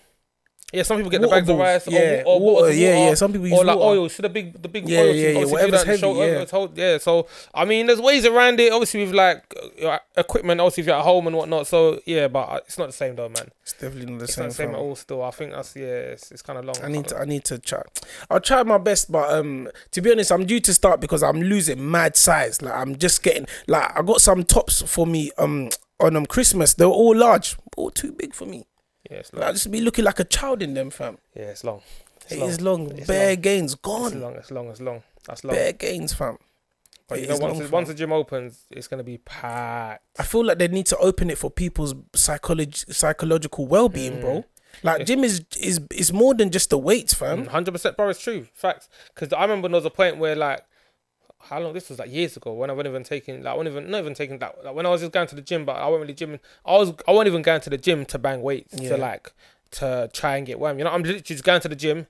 yeah, some people get the Water bags balls. of rice Yeah, or, or water, bottles of yeah, water, yeah, some people or use like water. oil. See the big, the big Yeah, oil. yeah, thing, yeah, obviously do whatever's that and heavy, show- yeah. it's hold- yeah. So I mean, there's ways around it. Obviously, with like uh, equipment, obviously if you're at home and whatnot. So yeah, but uh, it's not the same though, man. It's definitely not the It's same. not the same fam. at all. Still, I think that's yeah, it's, it's kind of long. I need to. I need to try. I'll try my best, but um, to be honest, I'm due to start because I'm losing mad size. Like I'm just getting like I got some tops for me um on um Christmas. They were all large, all too big for me. yeah, it's long. Like, I just be looking like a child in them, fam. yeah, it's long. It's It long. is long. It's Bare long. gains It's gone. long. It's long. It's long. That's long. Bare gains, fam. But It you know, is once, long, it- once fam. the gym opens, it's gonna be packed. I feel like they need to open it for people's psychology, psychological well being, Mm. bro. Like It's- gym is is is more than just the weights, fam. Hundred percent, bro. It's true. Facts. Because I remember there was a point where like, how long? This was like years ago when I wasn't even taking like, I wasn't even not even taking that. Like, when I was just going to the gym, but I wasn't really gymming. I was I wasn't even going to the gym to bang weights Yeah. to like to try and get wham. You know, I'm literally just going to the gym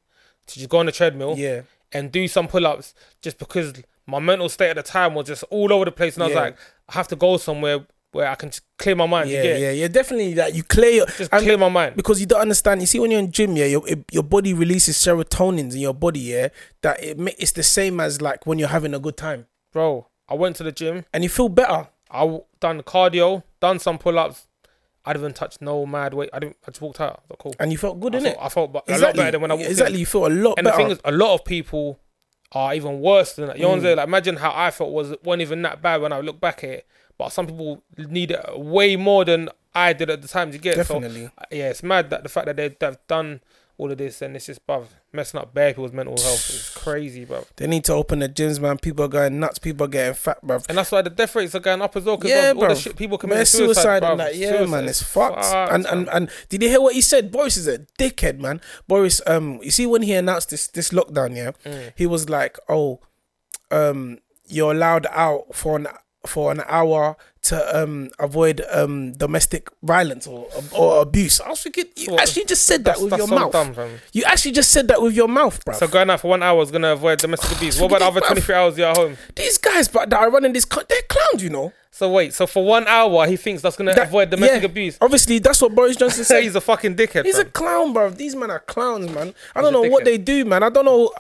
to just go on the treadmill Yeah, and do some pull ups just because my mental state at the time was just all over the place, and I was Yeah. like, I have to go somewhere where I can just clear my mind. yeah, Yeah, yeah, yeah. Definitely, like you clear your Just and- clear my mind. because you don't understand. You see, when you're in gym, yeah, your it- your body releases serotonins in your body, yeah, that it ma- it's the same as like when you're having a good time, bro. I went to the gym. and you feel better. I w- done cardio, done some pull ups. I didn't even touch no mad weight. I didn't. I just walked out. I thought, cool. And you felt good, I innit? felt, I felt bu- a lot exactly. better than when I walked in. exactly, you feel a lot And better. Mm. the thing is, a lot of people are even worse than that. You know what I'm saying? Like, imagine how I felt was wasn't even that bad when I look back at it. But some people need it way more than I did at the time to get. Definitely. So, uh, yeah, it's mad that the fact that they, they've done all of this and it's just bruv, messing up bare people's mental health is crazy, bruv. they need to open the gyms, man. People are going nuts. People are getting fat, bruv. And that's why the death rates are going up as well. Cause Yeah, bruv, all the bruv. shit people committing Man, suicide, bruv. and that, yeah, Suicide man, it's is fucked. and man. and and did you hear what he said? Boris is a dickhead, man. Boris, um, you see when he announced this this lockdown, yeah, Mm. he was like, oh, um, you're allowed out for an for an hour to um avoid um domestic violence or or abuse. I was thinking, you Well, actually just said that that's- with that's your so mouth. dumb, fam. you actually just said that with your mouth, bro. So going out for one hour is gonna avoid domestic abuse. What about the other Bruv. twenty three hours you're at home? These guys, but that are running this, co- they're clowns, you know. So wait, so for one hour he thinks that's gonna That- avoid domestic yeah. abuse. Obviously, that's what Boris Johnson So said. he's a fucking dickhead. He's a fam. clown, bro. These men are clowns, man. a I don't know what dickhead. they do, man. I don't know.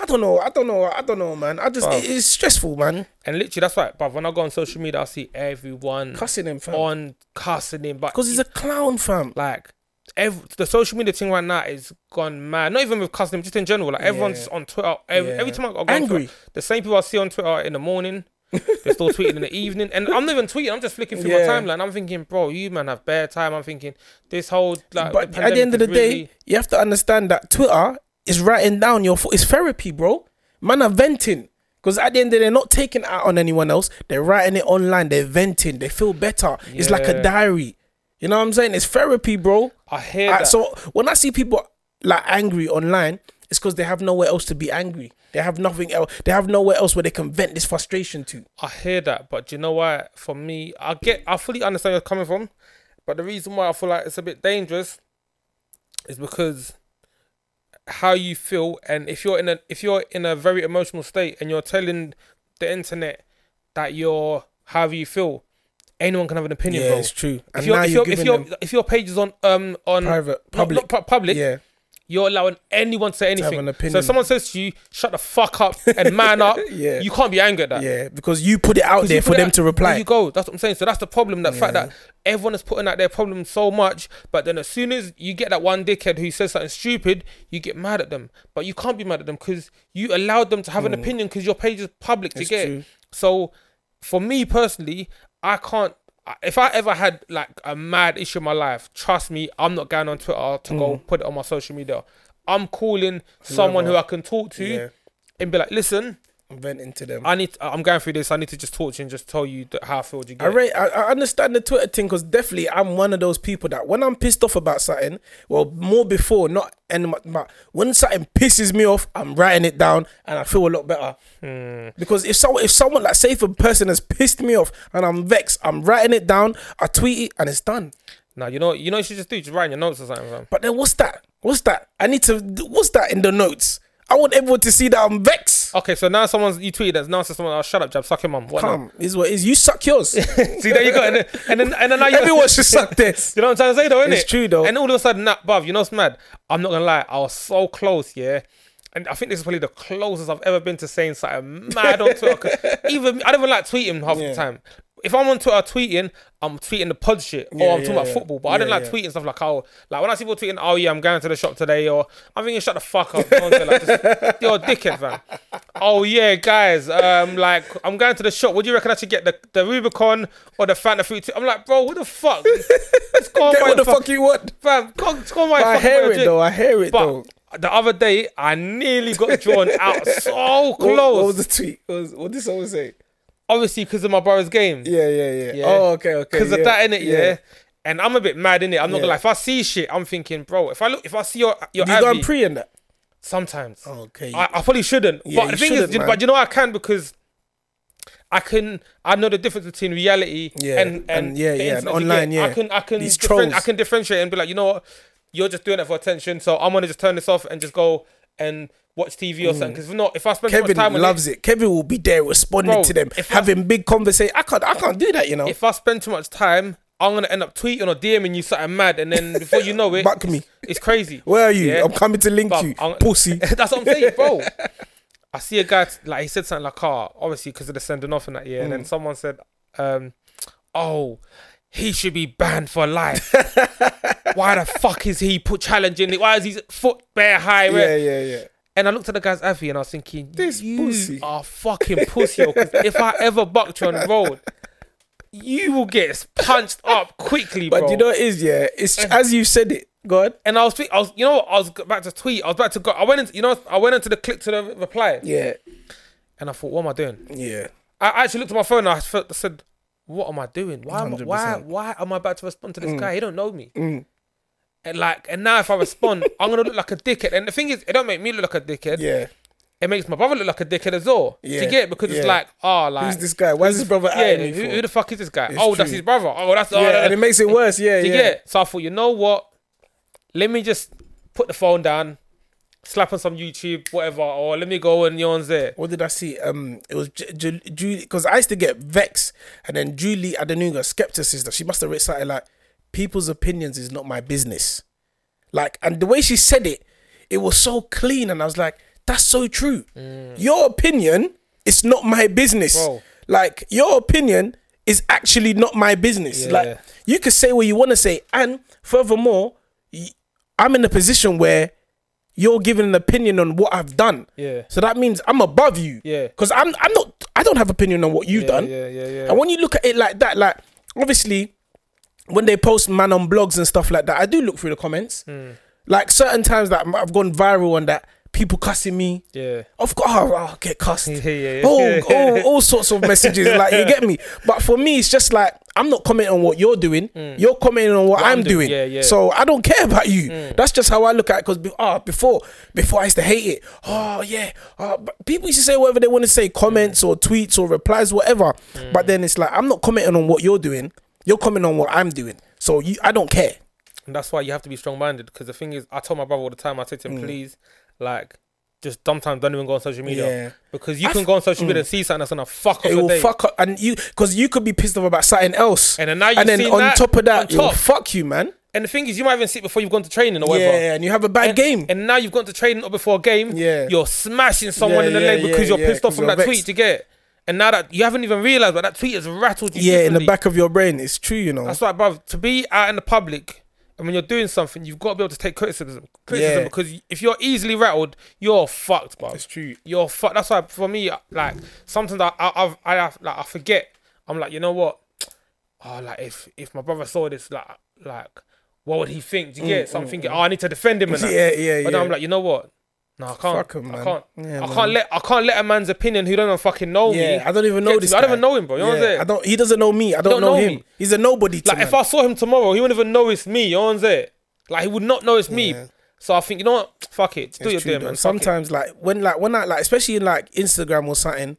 I don't know. I don't know. I don't know, man. I just it is stressful, man. and literally that's right, but when I go on social media, I see everyone Cussing him, fam. on cussing him, but Because he's a clown, fam. like ev the social media thing right now is gone mad. Not even with cussing, just in general. Like everyone's Yeah. on Twitter. Every, Yeah. every time I go on Angry. Twitter, the same people I see on Twitter in the morning, they're still tweeting in the evening, and I'm not even tweeting. I'm just flicking through Yeah. my timeline. I'm thinking, bro, you man have bare time. I'm thinking this whole like. but at the end of the Uh, pandemic is day, really- you have to understand that Twitter is writing down your. Fo- it's therapy, bro. Man are venting. Because at the end of the day, they're not taking it out on anyone else. They're writing it online. They're venting. They feel better. It's like Yeah. a diary. You know what I'm saying? It's therapy, bro. I hear Uh, that. so when I see people like angry online, it's because they have nowhere else to be angry. They have nothing else. They have nowhere else where they can vent this frustration to. I hear that, but do you know why? For me, I get, I fully understand where you're coming from, but the reason why I feel like it's a bit dangerous is because how you feel, and if you're in a, if you're in a very emotional state, and you're telling the internet that you're however you feel, anyone can have an opinion, bro. true. If And your now if you're your if giving your them if your page is on um on private, not- public, not pu- public, yeah, you're allowing anyone to say have anything. an So opinion. if someone says to you, "Shut the fuck up and man up," Yeah. you can't be angry at that. yeah, because you put it out Because you there for put them out- to There reply. you go. That's what I'm saying. So that's the problem. That fact that everyone is putting out their problem so much, but then as soon as you get that one dickhead who says something stupid, you get mad at them. But you can't be mad at them because you allowed them to have an opinion because your page is public to Mm. It's get. true. So for me personally, I can't. I- If I ever had like a mad issue in my life, trust me, I'm not going on Twitter to go Mm. put it on my social media. I'm calling someone who I can talk to Yeah. and be like, listen, venting to them. I need. I'm going through this. I need to just talk to you and just tell you that how I feel. You I, rate, I, I understand the Twitter thing because definitely I'm one of those people that when I'm pissed off about something, well, more before, not and my, my- when something pisses me off, I'm writing it down and I feel a lot better. Hmm. Because if someone, if someone like say if a person has pissed me off and I'm vexed, I'm writing it down, I tweet it and it's done. Now you know. You know. What you should just do. Just write in your notes or something. fam. But then what's that? What's that? I need to. What's that in the notes? I want everyone to see that I'm vexed. Okay, so now someone's you tweeted that now it's someone. Oh, shut up, Jab. Suck your mum. What now? Come is what is. You suck yours. See, there you go. And then and then, and then now you Everyone should suck this. You know what I'm trying to say though, innit? It's true, though. And all of a sudden, nah, bruv, you know what's mad? I'm not gonna lie, I was so close, yeah. And I think this is probably the closest I've ever been to saying something mad on Twitter. 'cause Even I don't even like tweeting half Yeah. the time. If I'm on Twitter tweeting, I'm tweeting the pod shit, Yeah, or I'm yeah, talking about yeah. football. But Yeah, I don't like yeah. tweeting stuff like oh, like when I see people tweeting, oh yeah, I'm going to the shop today, or I'm thinking, shut the fuck up, don't say like, just, you're a dickhead, man. Oh yeah, guys, um, like I'm going to the shop. What do you reckon I should get the, the Rubicon or the Fanta Fruit? I'm like, bro, what the fuck? Let's go on Get my what the fuck- fuck you want. Fam, go, go my But I fucking hear manager. it though. I hear it But though. the other day, I nearly got drawn out so What- close. What was the tweet? What, was, what did someone say? Obviously, because of my brother's game. Yeah, yeah, yeah. Yeah. Oh, okay, okay. Because yeah. of that, innit, yeah. And I'm a bit mad, innit? I'm not Yeah. gonna lie. If I see shit, I'm thinking, bro, if I look, if I see your your You Abby, gone pre Oh. in that? sometimes. Okay. I, I probably shouldn't. Yeah, but the you thing is, shouldn't, man. but you know I can because I can. I know the difference between reality Yeah, and and, and yeah, the yeah, internet and you online, get. yeah. I can I can These differen- I trolls. can differentiate and be like, you know what, you're just doing it for attention. So I'm gonna just turn this off and just go and watch TV or something. Because if not, if I spend too much Mm. Kevin time on it, loves it. Kevin will be there responding Bro, to them, if I- having big conversation. I can't. I can't do that. You know. if I spend too much time, I'm gonna end up tweeting or DMing you something mad, and then before you know it, Back it's, me. it's crazy. Where are you? Yeah. I'm coming to link But you, I'm- pussy. That's what I'm saying, bro. I see a guy t- like he said something like, "Ah, obviously because of the sending off and that yeah." And Mm. then someone said, um, "Oh, he should be banned for life. Why the fuck is he put challenging it? Why is his foot bare high?" Yeah. yeah, yeah, yeah. And I looked at the guy's Avi and I was thinking, This "You pussy." are fucking pussy. yo, 'cause if I ever bucked you on the road, you will get punched up quickly, But bro." Eh. you know what it is, yeah. It's as you said it. God. and I was, think- I was, you know, what? I was about to tweet. I was about to go. I went into, you know, I went into the click to the reply, Yeah, and I thought, what am I doing? yeah. I actually looked at my phone and I felt, I said, what am I doing? Why, am I, why, 100%. why am I about to respond to Mm. this guy? He don't know me. And like, and now if I respond, I'm gonna look like a dickhead. And the thing is, it don't make me look like a dickhead. Yeah. It makes my brother look like a dickhead as well. Do Yeah. You get it? because it's Yeah. like, oh, like, Who's this guy? Why is his brother yeah, at me who, for? who the fuck is this guy? oh, that's true. his brother. Oh, that's oh, no, no, yeah, and no. it makes it worse. Yeah, Do yeah. you get it? So I thought, you know what? Let me just put the phone down, slap on some YouTube, whatever, or let me go and yawn's there. What did I see? Um, it was Ju- Ju- Julie because I used to get vexed, and then Julie Adenuga skepticism. She must have read something like, "People's opinions is not my business." Like, and the way she said it, it was so clean, and I was like, "That's so true. Your opinion is not my business. Mm. Bro. Like, your opinion is actually not my business. Yeah. Like, you can say what you want to say, and furthermore, y- I'm in a position where." You're giving an opinion on what I've done. Yeah. So that means I'm above you. Yeah. Because I'm I'm not I don't have opinion on what you've done. Yeah, yeah, yeah. And when you look at it like that, like obviously when they post man on blogs and stuff like that, I do look through the comments. Hmm. Like certain times that I've gone viral on that people cussing me. yeah. Of course, oh, I'll get cussed. Yeah, yeah, yeah. Oh, oh, all sorts of messages. Like you get me. But for me, it's just like I'm not commenting on what you're doing. Mm. You're commenting on what, I'm, doing. yeah, Mm. yeah. So I don't care about you. That's just how I look at it. Because be- ah, before, before I used to hate it. Oh yeah, Ah, but people used to say whatever they want to say, comments or tweets or replies, whatever. Mm. But then it's like I'm not commenting on what you're doing. You're commenting on what I'm doing. So you, I don't care. And that's why you have to be strong minded. Because the thing is, I told my brother all the time, I said to Mm. him, please, like, just sometimes don't even go on social media. Yeah. Mm. Because you can go on social media and see something that's gonna fuck up It your will day. fuck up, and you because you could be pissed off about something else, And then now you've and then seen on that top of on that, it will top. fuck you, man. And the thing is, you might even sit before you've gone to training or whatever. Yeah, and you have a bad And- game. And now you've gone to training or before a game. Yeah. You're smashing someone Yeah, in the yeah, leg because yeah, you're yeah, pissed off 'cause from you're that tweet vexed. to get. And now that you haven't even realised, but that tweet has rattled you. yeah, in the differently. back of your brain, it's true, you know. That's right, bruv. To be out in the public and when you're doing something, you've got to be able to take criticism. Criticism Yeah. because if you're easily rattled, you're fucked, bruv. It's true. You're fucked. That's why for me, like sometimes I I I've, I have, like I forget. I'm like, you know what? Oh, like if if my brother saw this, like like what would he think? Do you get? it? so I'm thinking, oh, I need to defend him and that. Mm, Yeah, yeah, But then yeah. I'm like, you know what? No, I can't. Fuck 'em, man. I can't. Yeah, I man. can't let. I can't let a man's opinion who don't fucking know me. Yeah, I don't even know get to this. me. I don't guy. even know him, bro. You know what I'm Yeah, saying? I don't. He doesn't know me. I don't, don't know, know him. me. He's a nobody. To Like man. if I saw him tomorrow, he wouldn't even know it's me. You know what I'm saying? Like he would not know it's me. Yeah. So I think you know what? Fuck it. Do It's your true, thing, man. though. Fuck it. Sometimes, like when, like when I, like especially in like Instagram or something,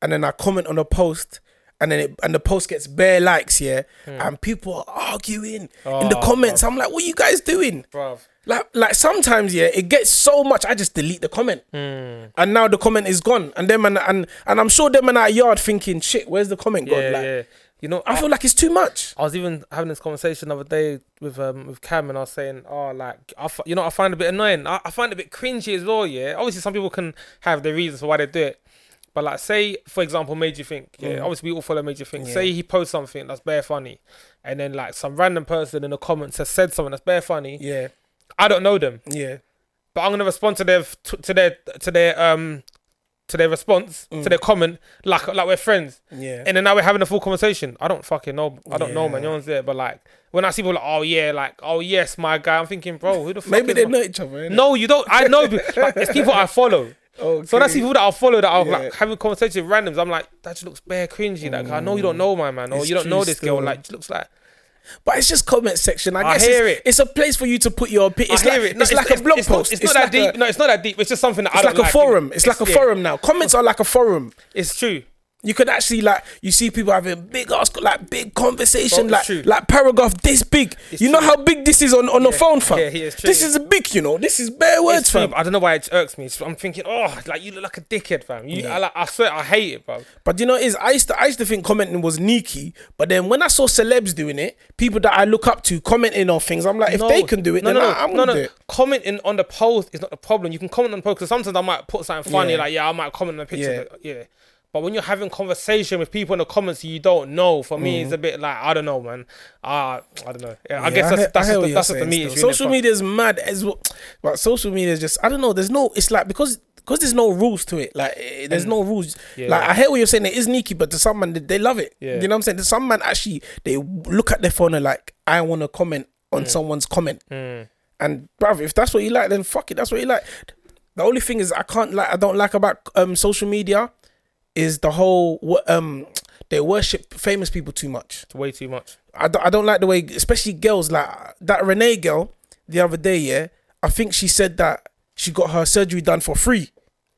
and then I comment on a post, and then it, and the post gets bare likes, yeah, and people are arguing in the Hmm. Oh, comments. I'm like, what are you guys doing? Bruv. Like, like sometimes, yeah, it gets so much, I just delete the comment, Hmm. and now the comment is gone, and them and and and I'm sure them and our yard thinking, shit, where's the comment Yeah, gone? Like, yeah. You know, I feel like it's too much. I was even having this conversation the other day with um with Cam, and I was saying, oh, like I, f- you know, I find it a bit annoying. I, I find it a bit cringy as well. Yeah, obviously some people can have their reasons for why they do it, but like, say for example, made you think. Yeah, obviously we all follow made you think. Say he posts something that's bare funny, and then like some random person in the comments has said something that's bare funny. Yeah, I don't know them, yeah, but I'm gonna respond to their f- to, to their to their um to their response to their comment like like we're friends. yeah. And then now we're having a full conversation. I don't fucking know. I don't know, man. Yeah. You know what I'm saying? But like, when I see people like, oh yeah, like, oh yes, my guy. I'm thinking, bro, who the fuck? Maybe is they my-" know each other. innit? No, you don't. I know. pe- like, it's people I follow. Okay. So that's people that I follow that I'm Yeah. like having conversation with randoms. I'm like, that just looks bare cringy. Like, I know you don't know my man, or Mm. It's you don't true know this still. girl. Like, it looks like But it's just comment section. I, I guess hear it's, it. it's a place for you to put your opinion. It's I hear like, it. No, it's, like a blog it's post. Not, it's, not that like deep. no, it's not that deep. It's just something that A, I it's don't like a forum. It's like a yeah, forum now. Comments are like a forum. It's true. You could actually like you see people having big ass like big Well, conversation it's like true. like paragraph this big. you know true. how big this is on on a phone, fam. yeah, it's true, This yeah. is big, you know. This is bare words, It's true. fam. but I don't know why it irks me. It's- I'm thinking, oh, like you look like a dickhead, fam. You, I, like, I swear, I hate it, bro. But you know, is I used to I used to think commenting was neaky, but then when I saw celebs doing it, people that I look up to commenting on things, I'm like, if they can do it, then I, am gonna do it. Commenting on the post is not the problem. You can comment on the post because sometimes I might put something funny, Yeah. like yeah, I might comment on a picture, Yeah. but- yeah. But when you're having conversation with people in the comments you don't know, for me it's a bit like I don't know, man. Uh, I don't know. Yeah, I Mm-hmm. Yeah, guess hear- that's that's hear just what the, you're that's just the saying meat still. issue, innit, Social fam? media is mad as well. But social media is just I don't know. There's no. It's like because because there's no rules to it. Like eh, there's no rules. Yeah. Like I hear what you're saying. It is sneaky, but to some man they- they love it. Yeah. You know what I'm saying? To some man actually they look at their phone and like I want to comment Mm. on someone's comment. And bruv, if that's what you like, then fuck it. That's what you like. The only thing is I can't like I don't like about um social media is the whole wo- um they worship famous people too much. It's way too much. I don't, I don't like the way, especially girls like that Renee girl the other day. Yeah, I think she said that she got her surgery done for free.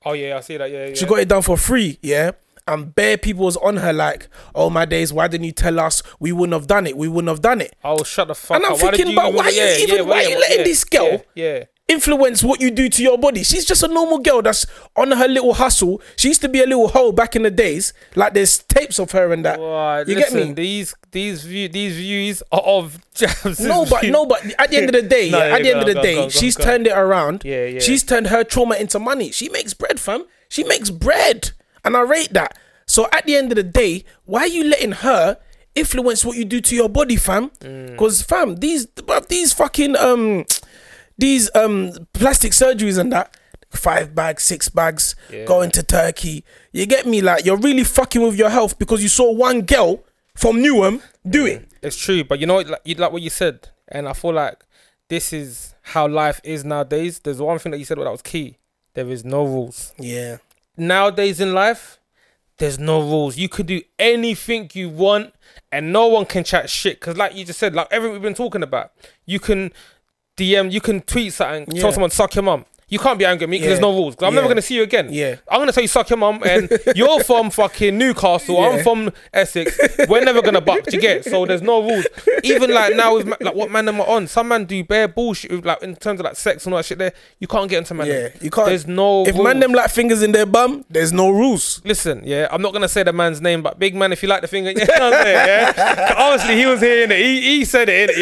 Oh yeah, I see that. Yeah, yeah. She got it done for free. Yeah. And bare people was on her like, oh my days, why didn't you tell us? We wouldn't have done it. We wouldn't have done it. Oh shut the fuck And I'm up. Why did thinking, you but even why wanna- you even- why you letting this girl- Yeah, yeah. Influence what you do to your body. She's just a normal girl that's on her little hustle. She used to be a little hoe back in the days. Like there's tapes of her and that. Why, you listen, get me? These these view these views are of Jabs. No, but no, but at the end of the day, No, yeah, at yeah, the end go of on, the go on, day, go on, go on, she's go on. turned it around. Yeah, yeah. She's turned her trauma into money. She makes bread, fam. She makes bread, and I rate that. So at the end of the day, why are you letting her influence what you do to your body, fam? Mm. Because fam, these bruv, these fucking um these um plastic surgeries and that. Five bags, six bags, going to Turkey. You get me? Like you're really fucking with your health because you saw one girl from Newham do it. It's true, but you know, like, you, like what you said, and I feel like this is how life is nowadays. There's one thing that you said that was key. There is no rules Yeah. nowadays in life. There's no rules. You could do anything you want, and no one can chat shit. Cause like you just said, like everything we've been talking about, you can DM, you can tweet something, Yeah. tell someone suck your mum. You can't be angry at me because Yeah. there's no rules. 'Cause I'm Yeah. never gonna see you again. Yeah. I'm gonna say you suck your mum, and you're from fucking Newcastle. Yeah. I'm from Essex. We're never gonna buck to get. So there's no rules. Even like now with ma- like what man am I on? Some man do bare bullshit with, like in terms of like sex and all that shit. There you can't get into man. Yeah, them. you can't. There's no. If rules. man them like fingers in their bum, there's no rules. Listen, yeah, I'm not gonna say the man's name, but big man, if you like the finger, you know what I'm saying, yeah. Obviously, he was here in it. He, he said it, innit,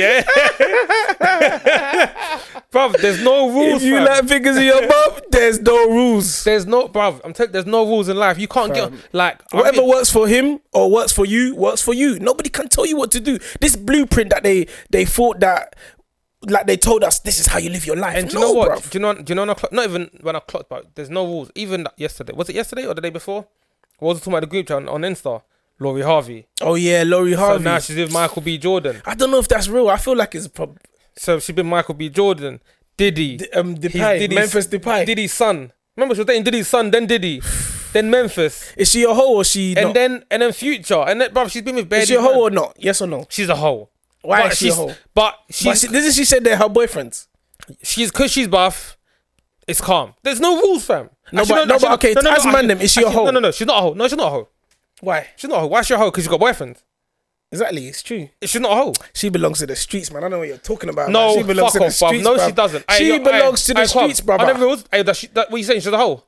yeah. bruv, there's no rules. If you fam. like fingers in your bum, there's no rules. there's no, bruv. I'm telling, there's no rules in life. You can't get like I Whatever mean- works for him or works for you works for you. Nobody can tell you what to do. This blueprint that they they thought that, like they told us, this is how you live your life. And do you no, know what? bruv. Do you know? Do you know? When I clock, not even when I clocked, but there's no rules. Even yesterday, was it yesterday or the day before? I was talking about the group chat on, on Insta. Laurie Harvey. Oh yeah, Laurie So Harvey. now she's with Michael B. Jordan. I don't know if that's real. I feel like it's prob- So she's been Michael B. Jordan. Diddy, D- um, Depay, Diddy's- Memphis Depay. Diddy's son. Remember, she was dating Diddy's son, then Diddy, then Memphis, Is she a hoe or she and not? then and then Future, and then bruv, she's been with barely. is she a hoe man. or not? Yes or no? She's a hoe. Why But is she a she's- hoe? But But she's she, this is she said they're her boyfriends. she's because she's buff. It's calm. There's no rules, fam. No, but- no, but okay, Tasman them, is she a actually, No, hoe? no, no. She's not a hoe. No, she's not a hoe. Why? She's not a hoe. Why is she a hoe? Because she's got boyfriend. Exactly, it's true. She's not a hoe. She belongs to the streets, man. I know what you're talking about. No, man. she belongs fuck to off, bruv. No, she doesn't. Aye, she yo, aye, belongs to the aye, Quabs. streets, brother. I never was. Aye, that she, that, what you saying? She's a hoe.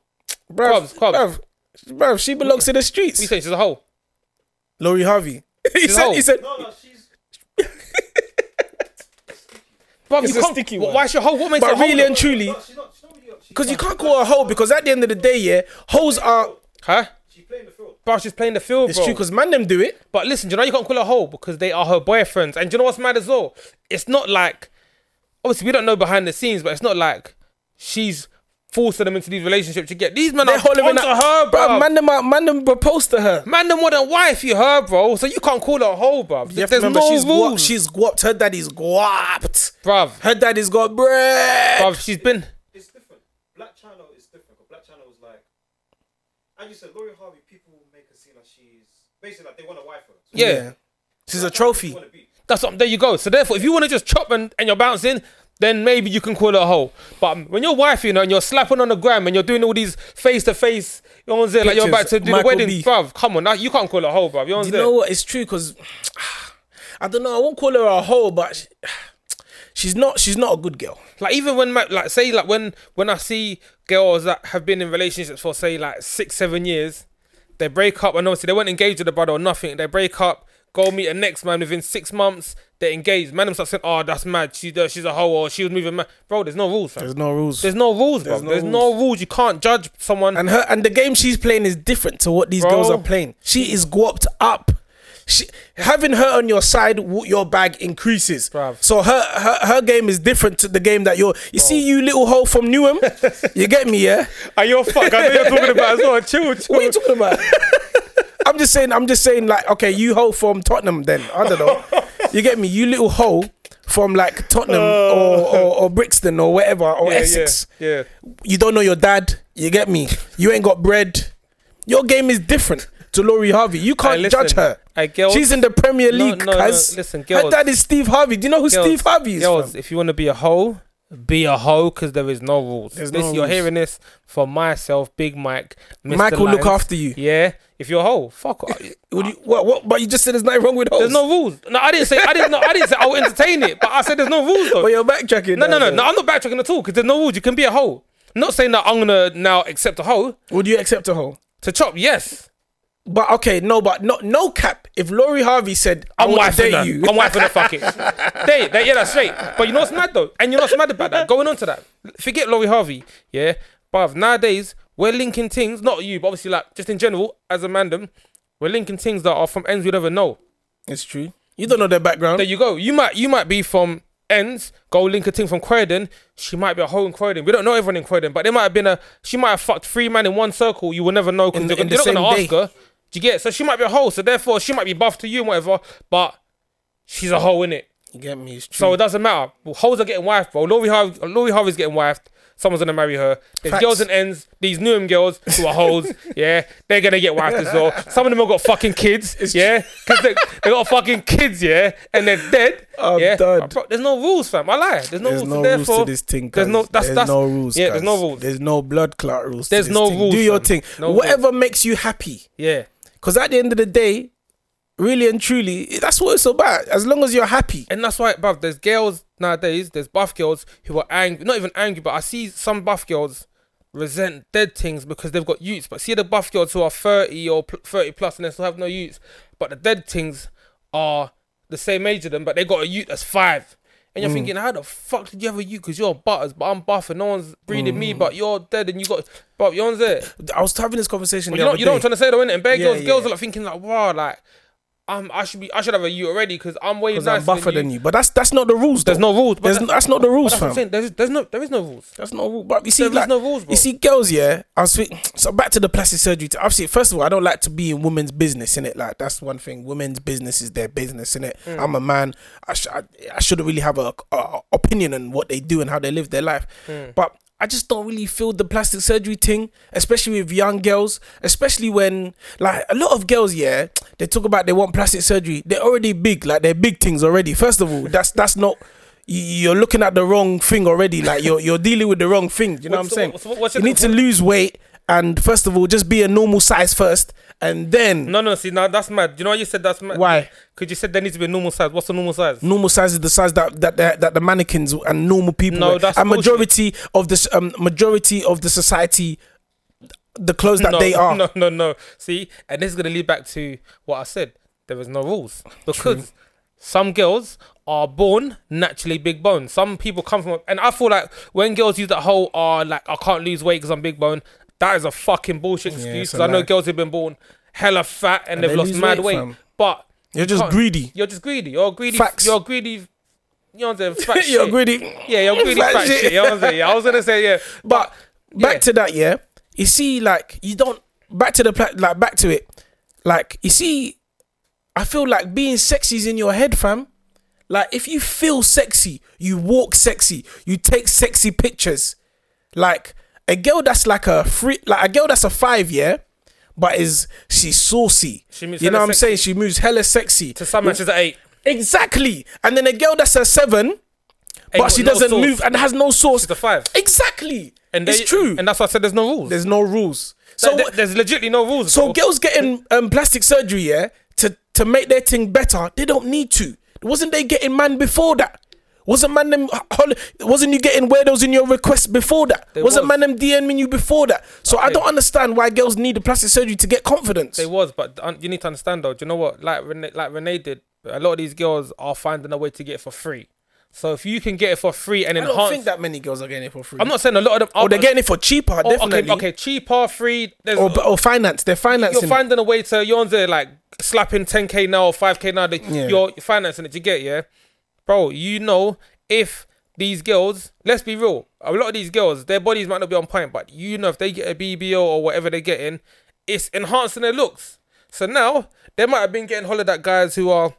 What bruv, Quabs, Quabs. bruv, bruv, she belongs to the you streets. saying? She's a hoe. Lori Harvey. he She's said, old. he said, No, no, she's. Bruv, It's you a can't, sticky wh- one. Why is she a hoe? What makes her a but hoe? really and truly, No, she's not. She's not really. She's, because you can't call her hoe because at the end of the day, yeah, hoes are. huh? she's playing the field. Bruv, she's playing the field, It's bro. true because man them do it. But listen, do you know you can't call her hoe because they are her boyfriends. And do you know what's mad as well? It's not like obviously we don't know behind the scenes, but it's not like she's forcing them into these relationships to get these men They're are hollering hollering onto at her, bro. Bruv, man them, are, man them proposed to her. Man, them more than wife, you her, bro. So you can't call her hoe, bruv. You have to There's remember, no she's rules, guap, she's guapped. Her daddy's guapped. bruv. Her daddy's got bread. Bruv, she's been. It's different. Black Channel is different. 'cause Black Channel is like. And you said Laurie Harvey. People make her seem like she's basically like they want a wife for her. So Yeah, she's a trophy. Want to be. that's what. There you go. So therefore, if you want to just chop and, and you're bouncing, then maybe you can call her a hoe. But um, when you're wife, you know, and you're slapping on the gram and you're doing all these face to face, you know what I'm saying? Like you're about to Pictures, do Michael the wedding, B. bruv. Come on, now you can't call her a hoe, bruv. You know what Do I'm you saying? know what? It's true because I don't know. I won't call her a hoe, but she, she's not. She's not a good girl. Like even when my, like say like when when I see girls that have been in relationships for say like six seven years, they break up and obviously they weren't engaged with the brother or nothing. They break up, go meet a next man within six months. They're engaged. Man, them start saying, "Oh, that's mad. She uh, she's a hoe or she was moving mad." Bro, there's no rules. Fam. There's no rules. There's no rules, bro. There's no there's no rules. You can't judge someone. and her and the game she's playing is different to what these girls Bro. are playing. She is guapped up. She, having her on your side, w- your bag increases. Bruv. So her, her her game is different to the game that you're. You see, you little hoe from Newham. you get me, yeah? Are you a fuck? I know you're talking about as well. Chill, chill. What are you talking about? I'm just saying. I'm just saying. Like, okay, you hoe from Tottenham. Then I don't know. you get me? You little hoe from like Tottenham or, or or Brixton or whatever or Uh. Yeah, Essex. Yeah, yeah. You don't know your dad. You get me? You ain't got bread. Your game is different to Laurie Harvey. You can't Hey, listen, judge her. hey, girls- She's in the Premier No, League, no, no, cuz. listen, her girls- dad is Steve Harvey. Do you know who Girls, Steve Harvey is? girls, fam? if you want to be a hoe, be a hoe because there is no rules. There's this, no you're rules. hearing this from myself, Big Mike. Mr. Michael, look Lyons. after you. Yeah, if you're a hoe, fuck. off. Would you, what, what? But you just said there's nothing wrong with hoes. there's no rules. No, I didn't say. I didn't. No, I didn't say I'll entertain it, but I said there's no rules though. But you're backtracking. no, no, now, no, though. no. I'm not backtracking at all because there's no rules. You can be a hoe. I'm not saying that I'm gonna now accept a hoe Would you accept a hoe? to chop. Yes, But okay, no, but no, no cap. If Laurie Harvey said, "I I'm want to wifing her. date you," I'm wifing her. Fuck it. They, they, yeah, that's straight. But you know what's mad though, and you know what's mad about that. Going on to that, forget Laurie Harvey. Yeah, but nowadays we're linking things. Not you, but obviously like just in general as a mandem, we're linking things that are from ends we never know. it's true. You don't know their background. There you go. You might you might be from ends. Go link a thing from Croydon. She might be a hoe in Croydon. We don't know everyone in Croydon, but there might have been a. She might have fucked three men in one circle. You will never know In because the- you're, in the you're not gonna same ask her. Do you get? It? So she might be a hoe. So therefore, she might be buff to you and whatever. But she's a hoe in it. You get me? It's So true. it doesn't matter. Well, hoes are getting wifed, bro. Laurie, Harvey, Laurie Harvey's getting wifed. Someone's gonna marry her. There's Facts. girls and ends. These new girls who are hoes, yeah, they're gonna get wifed as well. Some of them have got fucking kids, yeah, because they, they got fucking kids, yeah, and they're dead. I'm yeah, done. Bro, there's no rules, fam. I lie. There's no there's rules. so no rules therefore, to this thing. There's cuz. no. That's there's that's no rules. Yeah, cuz. there's no rules. There's no blood clot rules. to There's this no thing. rules, Do your fam. thing. No Whatever makes you happy. yeah, Because at the end of the day, really and truly, that's what it's about. As long as you're happy. and that's why, bro. There's girls nowadays. There's buff girls who are angry. Not even angry, but I see some buff girls resent dead things because they've got youths. But see the buff girls who are 30 or pl- 30 plus and they still have no youths. But the dead things are the same age as them, but they got a youth that's five. And Mm. you're thinking, how the fuck did you have a youth? Because you're butters, but I'm buff and no one's breeding me, Mm. but you're dead and you got, but you're on there. I was having this conversation. But the you know, other you know what I'm day. trying to say though, innit? And bare Yeah, girls, girls yeah. are like thinking like, wow, like I'm, I should be. I should have a U already because I'm way because nicer I'm buffer than you. But that's that's not the rules. There's though. no rules. But There's, that- that's not the rules, That's what I'm fam. saying. There's, there's no there is no rules. That's not rule. But you see, There is like, no rules, bro. You see, girls, yeah. I was speak- so back to the plastic surgery. T- obviously, first of all, I don't like to be in women's business in it. Like that's one thing. Women's business is their business in it. Mm. I'm a man. I, sh- I I shouldn't really have a, a opinion on what they do and how they live their life. Mm. But I just don't really feel the plastic surgery thing, especially with young girls. Especially when like a lot of girls, yeah, they talk about they want plastic surgery. They're already big. Like they're big things already. First of all, that's that's not. you- You're looking at the wrong thing already. Like you're you're dealing with the wrong thing. Do you know What's what I'm the- saying? what's- what's you your- need to lose weight and first of all just be a normal size first and then No, no. See, now that's mad. You know why you said that's mad? why Because you said there needs to be a normal size. What's a normal size? normal size is the size that that that, that the mannequins and normal people No, wear. that's and bullshit. majority of this um majority of the society the clothes that no, they are No, no, no. See, and this is gonna lead back to what I said. There is no rules because some girls are born naturally big bone. Some people come from, and I feel like when girls use that whole "are like I can't lose weight because I'm big bone," that is a fucking bullshit Yeah, excuse. it's 'cause a I know lie. girls who've been born hella fat and, And they've they lost lose mad weight, weight, fam. but you're just can't- greedy You're just greedy. You're greedy. Facts. You're greedy. You know what I'm saying? Fat you're shit. greedy Yeah, you're greedy Fat fat, shit. shit. You know what I'm saying? Yeah, I was gonna say yeah, but back Yeah. to that yeah you see like you don't back to the pla- like back to it like you see i feel like being sexy is in your head fam like if you feel sexy you walk sexy you take sexy pictures like a girl that's like a free like a girl that's a five yeah but is she's saucy She moves you know hella what i'm sexy. saying she moves hella sexy to some matches at eight. exactly and then a girl that's a seven but got she no doesn't sauce. move and has no sauce She's a five. exactly And it's they- true And that's why I said there's no rules. there's no rules. So so what- there's legitimately no rules. so bro. girls getting um, plastic surgery, yeah, to to make their thing better, they don't need to. Wasn't they getting man before that? Wasn't man them? hol- Wasn't you getting weirdos in your request before that? wasn't was. man them DMing you before that? So I don't understand why girls need the plastic surgery to get confidence. They was, but un- you need to understand though. Do you know what? Like Renee, like Renee did. A lot of these girls are finding a way to get it for free. So if you can get it for free and I don't think enhance, that many girls are getting it for free. I'm not saying a lot of them. Or are they're getting it for cheaper, Oh, definitely. Okay, okay, cheaper, free. There's, Or, or finance, they're financing. you're it. finding a way to you're on there like slapping 10k now or 5k now. That Yeah. You're financing it. You get yeah, bro. You know if these girls, let's be real, a lot of these girls, their bodies might not be on point, but you know if they get a BBO or whatever they're getting, it's enhancing their looks. So now they might have been getting hollered at guys who are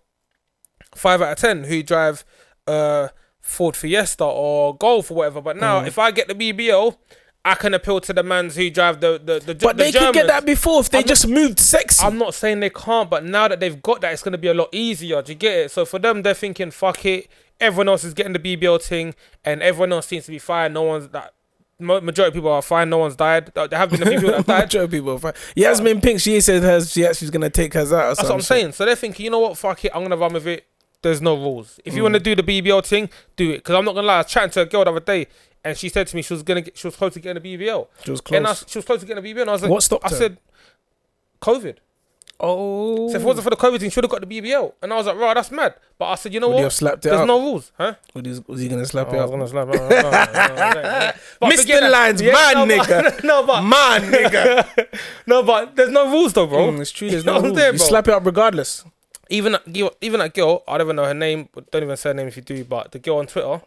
five out of ten who drive uh Ford Fiesta or Golf or whatever. But Mm. now if I get the BBO. I can appeal to the mans who drive the the, the but the they could get Germans. that before if they just moved sexy. I'm not saying they can't, but now that they've got that, it's going to be a lot easier. Do you get it? So for them, they're thinking, fuck it. Everyone else is getting the BBL thing, and everyone else seems to be fine. No one's that. mo- Majority of people are fine. No one's died. There have been a few people that have died. Joe people. are fine. Yasmin Pink, she said hers, she actually's gonna take hers out. Or That's what I'm saying. So they're thinking, you know what? Fuck it. I'm gonna run with it. There's no rules. Mm. If you want to do the BBL thing, do it. Cause I'm not gonna lie. I was chatting to a girl the other day, and she said to me she was gonna get, she was close to getting a BBL, She was and I, close. she was close to getting a BBL. And I was like, What stopped I her? said, COVID. oh, So if it wasn't for the COVID thing, she would have got the BBL. And I was like, right, that's mad. But I said, you know Would what? you have slapped it There's up? no rules, huh? was he, was he gonna slap Oh, it I was gonna slap. up? no, no, no, no, no, no. Missed forget the that. lines, man, no, but- nigga. no, but Man, nigga, no, but there's no rules though, bro. Mm, it's true. There's You know no what I'm rules. saying, you bro? slap it up regardless. Even that- even that girl, I don't even know her name. But don't even say her name if you do. But the girl on Twitter,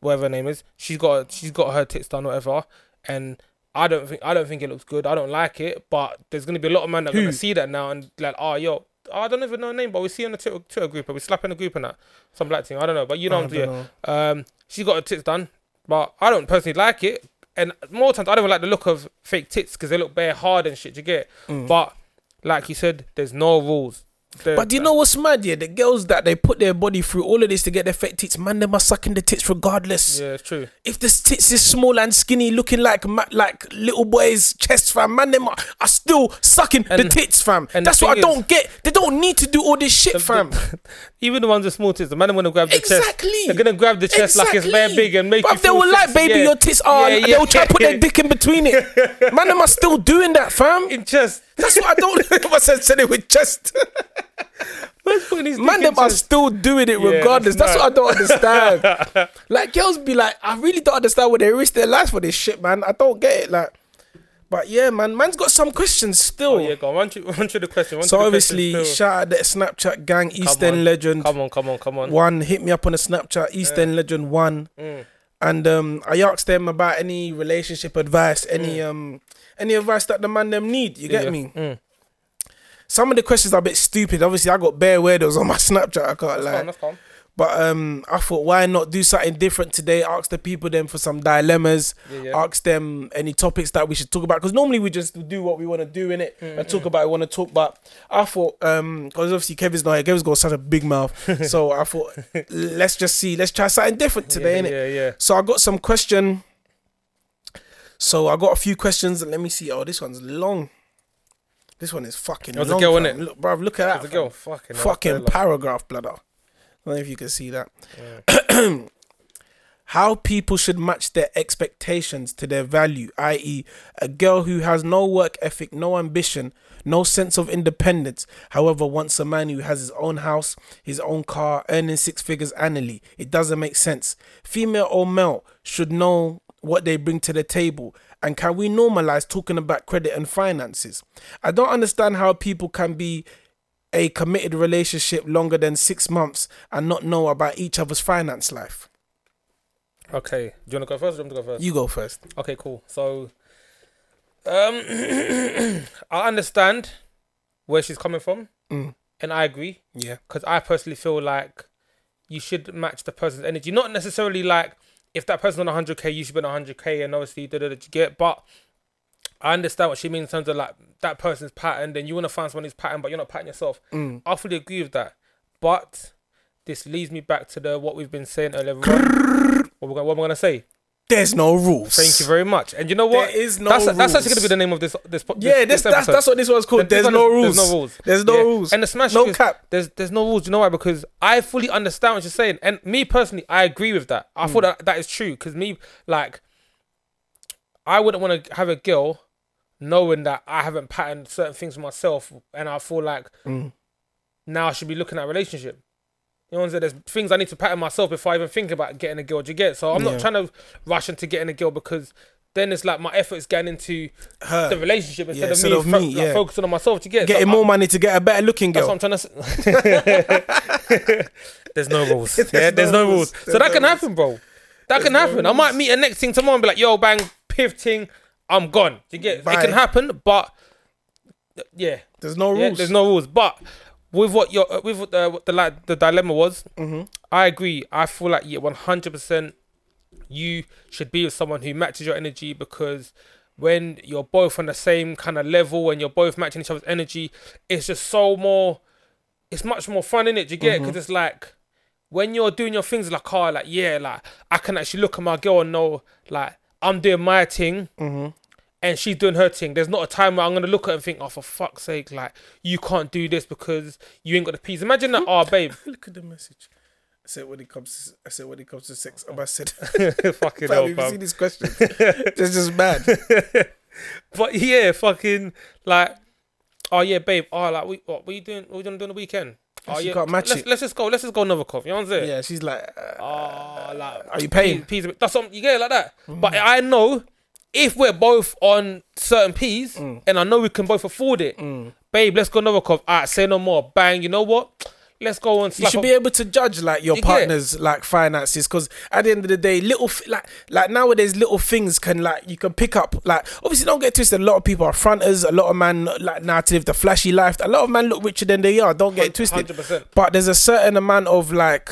whatever her name is, she's got she's got her tits done, whatever. And I don't think I don't think it looks good. I don't like it. But there's gonna be a lot of men that are Who? gonna see that now and like, oh, yo. I don't even know her name, but we see her in the Twitter, Twitter group, and we slap in the group and that. Some black team, I don't know, but you know I what I'm don't saying. know. Um, she's got her tits done, but I don't personally like it. And more times, I don't even like the look of fake tits because they look bare hard and shit. do You get, Mm. but like you said, there's no rules. There- But do you know what's mad? Yeah, the girls that they put their body through all of this to get their fake tits, man, they must suck in the tits regardless. Yeah, it's true. If the tits is small and skinny, looking like ma- like little boys' chest, fam, man, them are, are still sucking the And- tits, fam. and the That's what thing I is- don't get. They don't need to do all this shit, fam. Even the ones with small tits, the man are gonna grab the chest. Exactly. They're gonna grab the chest like it's bare big and make Bruv, you they feel were like, sexy. baby, Yeah. your tits are. Yeah, yeah, They'll try to put their yeah. dick in between it. Man, am I still doing that, fam? in chest. That's what I don't. I said, said it with chest. Man, them are still doing it Yeah, regardless. That's that's what I don't understand. like girls be like, I really don't understand what they risk their lives for this shit, man. I don't get it. Like, But yeah, man, man's got some questions still. Oh, yeah, go on. Run through, run through the question. Run so through the question obviously, still. shout out that Snapchat gang, East on. End Legend come on, come on, come on. One. Hit me up on the Snapchat, East End Legend One. Mm. And um, I asked them about any relationship advice, any um, any advice that the man them need. You get Mm. Yeah. me? Mm. Some of the questions are a bit stupid. Obviously, I got bare weirdos on my Snapchat. I can't Come on, lie. let's come. But um, I thought, why not do something different today? Ask the people then for some dilemmas. Yeah, yeah. Ask them any topics that we should talk about. Because normally we just do what we want to do in it Mm-hmm. and talk about what we want to talk. But I thought, because obviously Kevin's not here. Kevin's got such a big mouth. so I thought, let's just see. Let's try something different today, yeah, innit? yeah, yeah. So I got some question. So I got a few questions. Let me see. Oh, this one's long. This one is fucking There's a long. girl, fam. innit? Look, bruv, look at that. There's a girl. fam Fucking. hell, fucking fella. paragraph, bladder. I don't know if you can see that. How people should match their expectations to their value, i.e., a girl who has no work ethic, no ambition, no sense of independence, however, wants a man who has his own house, his own car, earning six figures annually. It doesn't make sense. Female or male should know what they bring to the table. And can we normalize talking about credit and finances? I don't understand how people can be a committed relationship longer than six months and not know about each other's finance life. Okay. Do you want to go first? Or do you want me to go first? You go first. Okay, cool. So, um, I understand where she's coming from, Mm. and I agree Yeah. because I personally feel like you should match the person's energy. Not necessarily like if that person's on 100k, you should be on 100k, and obviously da da da you get. But I understand what she means in terms of like that person's pattern. Then you want to find someone who's pattern, but you're not pattern yourself. Mm. I fully agree with that, but this leads me back to the what we've been saying earlier. on. what we're gonna, what we're gonna say? There's no rules. Thank you very much. And you know what? There is no that's rules. that's actually gonna be the name of this this po- Yeah, this, this, that's, episode. that's what this one's called. Th- this one There's no, is- rules. There's no rules. There's no Yeah. rules. And the smash No is- cap. There's there's no rules. You know why? Because I fully understand what you're saying, and me personally, I agree with that. I thought Mm. that that is true. Because me, like, I wouldn't want to have a girl knowing that I haven't patterned certain things for myself, and I feel like Mm. now I should be looking at a relationship. You know what I'm saying? There's things I need to pattern myself before I even think about getting a girl. Do you get? So I'm Yeah. not trying to rush into getting a girl because then it's like my efforts going into Her. the relationship instead Yeah, instead of of me, fo- me, like, yeah. focusing on myself. Do you get? So Getting I- more money to get a better looking girl. that's what I'm trying to say. there's no rules. yeah, there's no, rules. So There's that no can happen, bro. That can happen. I might meet a next thing tomorrow and be like, yo, bang, piff ting, I'm gone. Do you get it? Bye. It can happen, but yeah, there's no yeah, rules. there's no rules. But with what your uh, with what the, what the like the dilemma was, Mhm. I agree. I feel like yeah, one hundred percent, you should be with someone who matches your energy because when you're both on the same kind of level and you're both matching each other's energy, it's just so more. It's much more fun in it. Do you get Mm-hmm. it? 'Cause Because it's like when you're doing your things, like oh, like yeah, like I can actually look at my girl and know like I'm doing my thing and she's doing her thing. There's not a time where I'm gonna look at her and think, oh for fuck's sake, like you can't do this because you ain't got the peas. Imagine that, oh babe, Look at the message. I said when it comes. To, I said when it comes to sex. I said. fucking Fam, hell, if you see fam. these questions, it's just bad. But yeah, fucking like, oh yeah, babe, oh like we, what, what you doing? What you gonna do on the weekend? Oh Ah, she yeah, can't match let's, it. let's just go. Let's just go Novikov. You know what I'm saying? Yeah, she's like. uh, Oh, like Are you paying? Peas, Mm. peas a bit. That's something you get like that. But I know if we're both on certain peas, Mm. and I know we can both afford it, babe. Let's go another cup. Alright, say no more. Bang. You know what? Let's go and you slap. should up- be able to judge like your oh. You get it? partner's like finances because at the end of the day little f- like like nowadays little things can like you can pick up like obviously don't get twisted a lot of people are fronters a lot of man like now to live the flashy life a lot of men look richer than they are don't get it twisted 100%. but there's a certain amount of like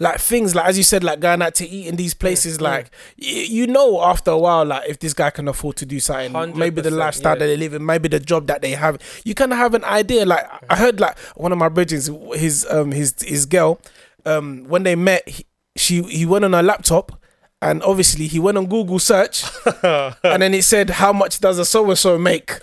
like things like as you said like going out to eat in these places like y- you know after a while like if this guy can afford to do something maybe the 100%, lifestyle yeah. that they live in maybe the job that they have you kind of have an idea like i heard like one of my bridges his um his his girl um when they met he, she he went on her laptop and obviously he went on google search and then it said how much does a so and so make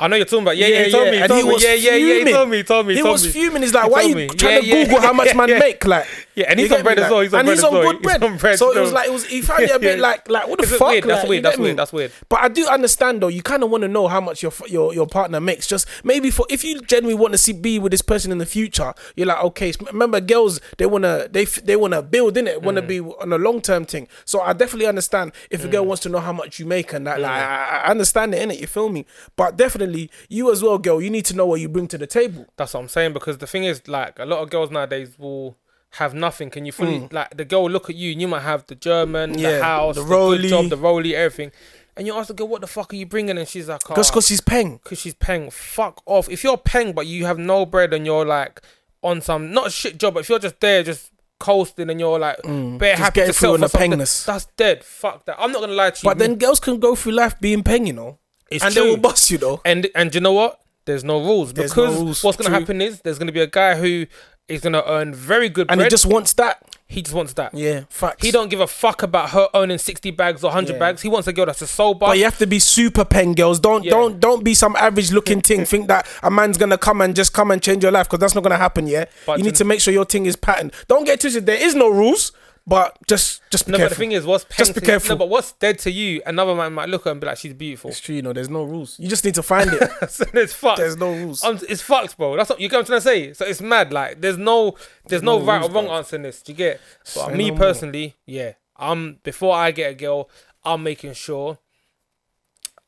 I know you're talking about. Yeah, Yeah, yeah. He told yeah, me. He and told he me. was yeah, yeah, yeah. He fuming. told me. He told me. he told was me. fuming he's like He why are told you me. trying to Yeah, yeah. google how much man Yeah. make like Yeah, and You he's on get bread me? as Like- well. He's on and bread as he's on well. good bread. on bread, so it no. was like it was he found it a bit Yeah. like like what the It's a bit fuck? weird, that's like, weird, you that's get weird, me? that's weird. But I do understand though. You kind of want to know how much your f- your your partner makes. Just maybe for if you genuinely want to see be with this person in the future, you're like okay. s- Remember, girls they wanna they f- they wanna build in it, wanna Mm. be on a long term thing. So I definitely understand if a girl wants to know how much you make and that. Like Mm. I, I understand it in it. You feel me? But definitely you as well, girl. You need to know what you bring to the table. That's what I'm saying because the thing is, like, a lot of girls nowadays will have nothing. Can you fully like the girl will look at you and you might have the German, Mm. Yeah, the house, the the, rollie. good job, the rolly, everything, and you ask the girl, "What the fuck are you bringing?" And she's like, "Oh, Just because she's paying. because she's peng. Fuck off. If you're peng but you have no bread and you're like on some not a shit job, but if you're just there just coasting and you're like bare Mm. just happy getting to through settle on the for something, pengness. that's dead. Fuck that. I'm not gonna lie to you. But then girls can go through life being paying, you know, it's and they will bust you though. and and do you know what? There's no rules There's no because rules, what's gonna true. happen is there's gonna be a guy who is gonna earn very good And bread. he just wants that. he just wants that. Yeah, facts. He don't give a fuck about her owning sixty bags or hundred Yeah. bags. He wants a girl that's a sober. But you have to be super pen girls. Don't Yeah. don't don't be some average looking thing. Think that a man's gonna come and just come and change your life because that's not gonna happen. Yeah, But you then- need to make sure your thing is patterned. Don't get twisted. There is no rules, but just just be no, but careful. the thing is, what's Just peng be to- careful. No, but what's dead to you? Another man might look at her and be like, she's beautiful. it's true, you know. There's no rules. You just need to find it. so it's fucked. there's no rules. Um, it's fucked, bro. That's what you get. What I'm trying to say. So it's mad. Like there's no, there's no, right or wrong answer in this. Do you get? But Say me no more. personally, yeah. I'm before I get a girl, I'm making sure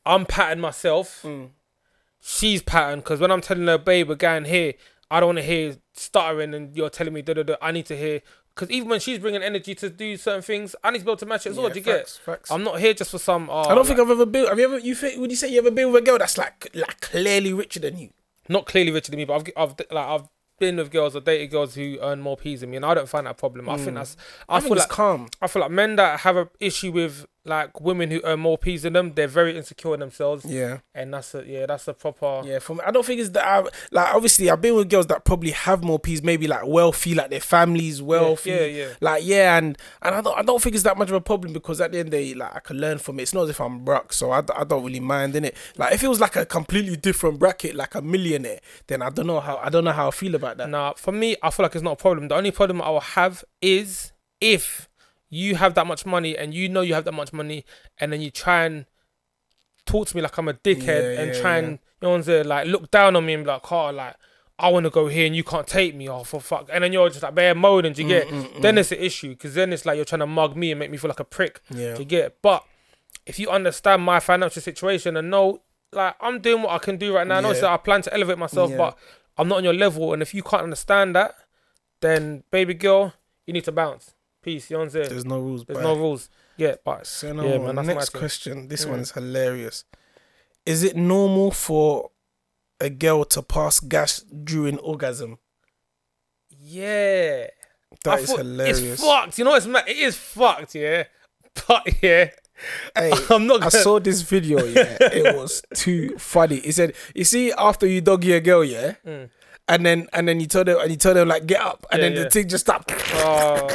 I'm patting myself. Mm. She's patting because when I'm telling her, babe, we're going here. I don't want to hear stuttering and you're telling me da da da. I need to hear. Because even when she's bringing energy to do certain things, I need to be able to match it as well. Yeah, Do you facts, get? facts. I'm not here just for some. Oh, I don't like- think I've ever been. Have you ever? You think? Would you say you ever been with a girl that's like like clearly richer than you? not clearly richer than me, but I've I've like I've been with girls or dated girls who earn more p's than me, and I don't find that a problem. I think that's I, I, feel think it's like calm. I feel like men that have an issue with like women who earn more p's than them, they're very insecure in themselves. Yeah. and that's a yeah, that's a proper Yeah, for me, I don't think it's that. I, like, obviously, I've been with girls that probably have more peas, maybe like wealthy, like their families wealthy. yeah, yeah. Like, yeah, and and I don't, I don't think it's that much of a problem because at the end of the day, like, I can learn from it. It's not as if I'm broke, so I, d- I don't really mind in it. Like, if it was like a completely different bracket, like a millionaire, then I don't know how I don't know how I feel about that. Now, for me, I feel like it's not a problem. The only problem I will have is if you have that much money and you know you have that much money, and then you try and talk to me like I'm a dickhead Yeah, and yeah, try yeah. and you know what I'm saying, like look down on me and be like, Carl, like I want to go here and you can't take me off for fuck, and then you're just like bare moaning. Do you Mm, get? Then it's an issue because then it's like you're trying to mug me and make me feel like a prick. Yeah. Do you get? But if you understand my financial situation and know, like, I'm doing what I can do right now. I know it's Yeah. that I plan to elevate myself, Yeah. but I'm not on your level. And if you can't understand that, then baby girl, you need to bounce. Peace. You know what I'm saying? There's, There's no rules. bye. no rules. Yeah, but So no yeah, more. man, that's Next my thing. question. This one is hilarious. Is it normal for a girl to pass gas during orgasm? Yeah. That I is thought- hilarious. It's fucked. You know, it's ma- it is fucked. Yeah, but yeah, Hey, I'm not. Gonna- I saw this video, yeah. It was too funny. He said, You see, after you doggy a girl, yeah? And then and then you tell them and you tell them like get up and Mm. Yeah, then the yeah. thing just stopped. Uh,